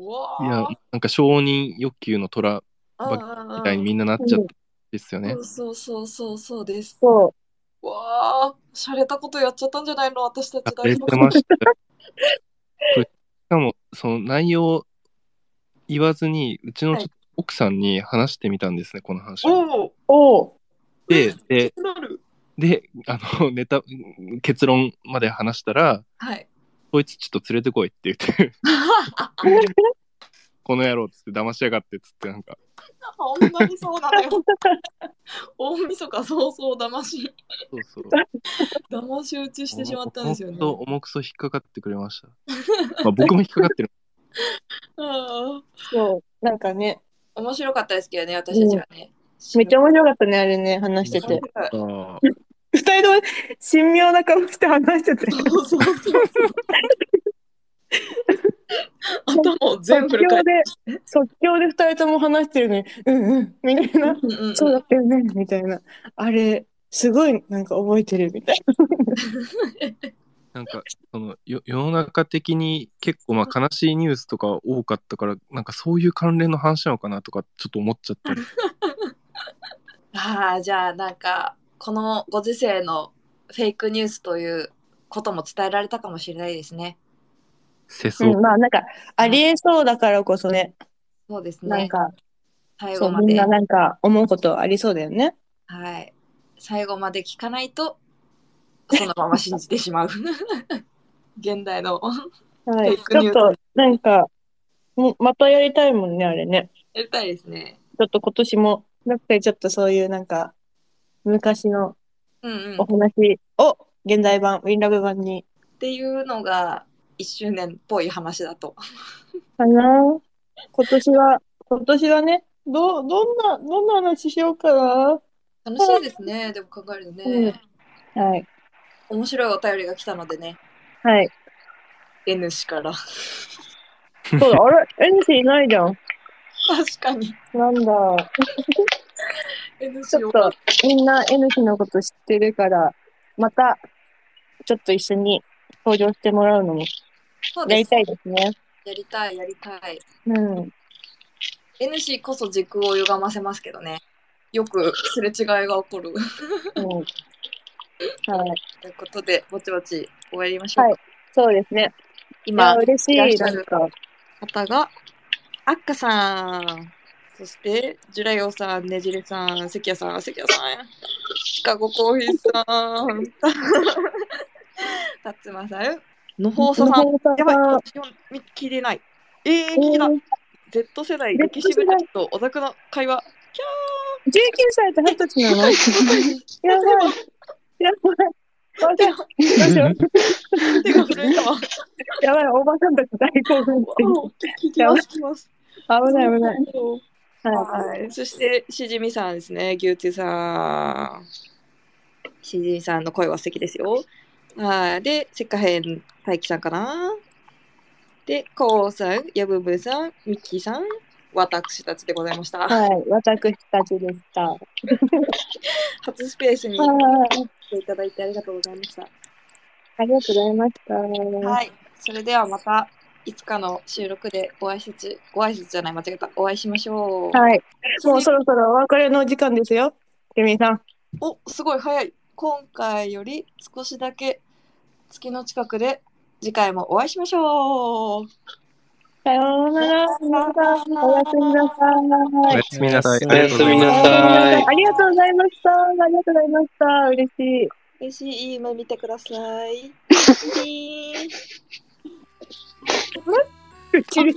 Speaker 6: うわ
Speaker 7: い
Speaker 6: ー
Speaker 7: や、なんか承認欲求の虎
Speaker 6: うんうんうん
Speaker 7: みたいにみんななっちゃってですよね
Speaker 6: そ。うそうそうそうそうです。
Speaker 5: そう。
Speaker 6: わあ、洒落たことやっちゃったんじゃないの私たち
Speaker 7: されてましたよ。これしかも、その内容を言わずに、うちのちょっと奥さんに話してみたんですね、この話を。
Speaker 6: おお
Speaker 5: おう
Speaker 7: で、で、
Speaker 6: なる
Speaker 7: で、あの、ネタ、結論まで話したら、
Speaker 6: はい
Speaker 7: こいつちょっと連れてこいって言って、 この野郎っつって騙しやがってっつって、なんか、
Speaker 6: 本当にそうなのよ大晦日早々騙し
Speaker 7: そうそう。
Speaker 6: 騙し討ちしてしまったんですよね
Speaker 7: 重くそ、重くそ引っかかってくれ ました。まあ僕も引っかかってる。
Speaker 6: うん
Speaker 5: そう、なんかね、
Speaker 6: 面白かったですけどね私たちはね、
Speaker 5: めっちゃ面白かったね、あれね、話 してて。
Speaker 7: あー
Speaker 5: 二人とも神妙な顔して話してて。
Speaker 6: そうそうそうそう頭を全部
Speaker 5: 即興で、即興で二人とも話してるのに、うんうん、みたいな。
Speaker 6: うんうんうん
Speaker 5: そうだったよね、みたいな。あれ、すごいなんか覚えてるみたいな。
Speaker 7: なんかそのよ世の中的に結構まあ悲しいニュースとか多かったからなんかそういう関連の話なのかなとかちょっと思っちゃったり
Speaker 6: ああじゃあなんかこのご時世のフェイクニュースということも伝えられたかもしれないですね。
Speaker 7: 世相、
Speaker 5: うん、まあなんか、ありえそうだからこそね、
Speaker 6: そうですね。
Speaker 5: なんか、
Speaker 6: 最
Speaker 5: そ
Speaker 6: 後
Speaker 5: う、
Speaker 6: ま
Speaker 5: みん
Speaker 6: で
Speaker 5: な、なんか思うことありそうだよね。
Speaker 6: はい、最後まで聞かないとそのまま信じてしまう 現代の
Speaker 5: は
Speaker 6: フェ
Speaker 5: い。
Speaker 6: イクニ
Speaker 5: ち
Speaker 6: ュー
Speaker 5: ょっ
Speaker 6: ス
Speaker 5: と、なんか、もまたやりたいもんね、あれね。
Speaker 6: やりたいですね。
Speaker 5: ちょっと今年も、なんかちょっとそういうなんか、昔の
Speaker 6: うんうん、
Speaker 5: お
Speaker 6: っ
Speaker 5: 話を、現代版、ウィンラブ版に。
Speaker 6: ていうのが1周年っぽい話だと。
Speaker 5: かな今年は、今年はね、どう、どんな、どんな話しようかな。
Speaker 6: 楽しいですね。でも考えるとね、
Speaker 5: はい。
Speaker 6: 面白いお便りが来たのでね、
Speaker 5: はい。
Speaker 6: N 氏から。
Speaker 5: そうだ、あれ、エンジいないじゃん。
Speaker 6: 確かに
Speaker 5: なんだ。
Speaker 6: N
Speaker 5: ち
Speaker 6: 氏
Speaker 5: ょっ
Speaker 6: を
Speaker 5: と、みんな N 氏のこと知ってるから、また、ちょっと一緒に登場してもらうのも、
Speaker 6: そう
Speaker 5: や
Speaker 6: で
Speaker 5: り
Speaker 6: す
Speaker 5: たいですね。
Speaker 6: やりたいやりたい。
Speaker 5: うん。
Speaker 6: NC こそ時空を歪ませますけどね。よくすれ違いが起こる
Speaker 5: うん。はい。
Speaker 6: ということで、ぼちぼち終わりましょうか。
Speaker 5: はい。そうですね。いや、
Speaker 6: 今、
Speaker 5: 嬉し
Speaker 6: いらっ
Speaker 5: い。
Speaker 6: しゃ
Speaker 5: なん
Speaker 6: る
Speaker 5: か、
Speaker 6: 方が、アッカさん、そして、ジュラヨさん、ねじれさん、関谷さん、関谷さん、シカゴコーヒーさん、たつまさん、のほうささん。
Speaker 5: 野放
Speaker 6: や
Speaker 5: さ
Speaker 6: ばい、
Speaker 5: ん、
Speaker 6: 私も聞いてない。ええ
Speaker 5: え
Speaker 6: 聞いた。
Speaker 5: ー
Speaker 6: Z 世代
Speaker 5: Z
Speaker 6: 歴史部たちとオタクの会話。キャー
Speaker 5: 19歳と二十 歳なのやばい。やばい。どうしよう。どうしよう。
Speaker 6: 手が震えたわ。
Speaker 5: やばい、おばさんたち大興奮してる。
Speaker 6: 聞きます、聞きます。
Speaker 5: 危ない、危ない。は
Speaker 6: はい。そして、しじみさんですね。牛中さん。しじみさんの声は素敵ですよ。はい。で、せっかへん、大輝さんかな。で、こうさん、やぶぶさん、ミッキーさん、私たちでございました。
Speaker 5: い。はい、私たちでした。は
Speaker 6: 初スペースに来
Speaker 5: い。
Speaker 6: ていただいてありがとうございました。
Speaker 5: ありがとうございました。
Speaker 6: はい。それではまた、いつかの収録でお挨拶、ご挨拶じゃない、間違えた。お会いしましょう。
Speaker 5: はい。もうそろそろお別れのお時間ですよ。ケミさん。
Speaker 6: おすごい早い今回より少しだけ月の近くで次回もお会いしましょう
Speaker 5: さようなら。皆さん、おやすみなさい。
Speaker 7: おやすみなさい
Speaker 9: おやすみな
Speaker 5: おや
Speaker 9: さ
Speaker 5: すみないさい。ありがとうございました。ありがとうございました。嬉しい。
Speaker 6: 嬉しいいい夢見てください ピーン
Speaker 5: うちり。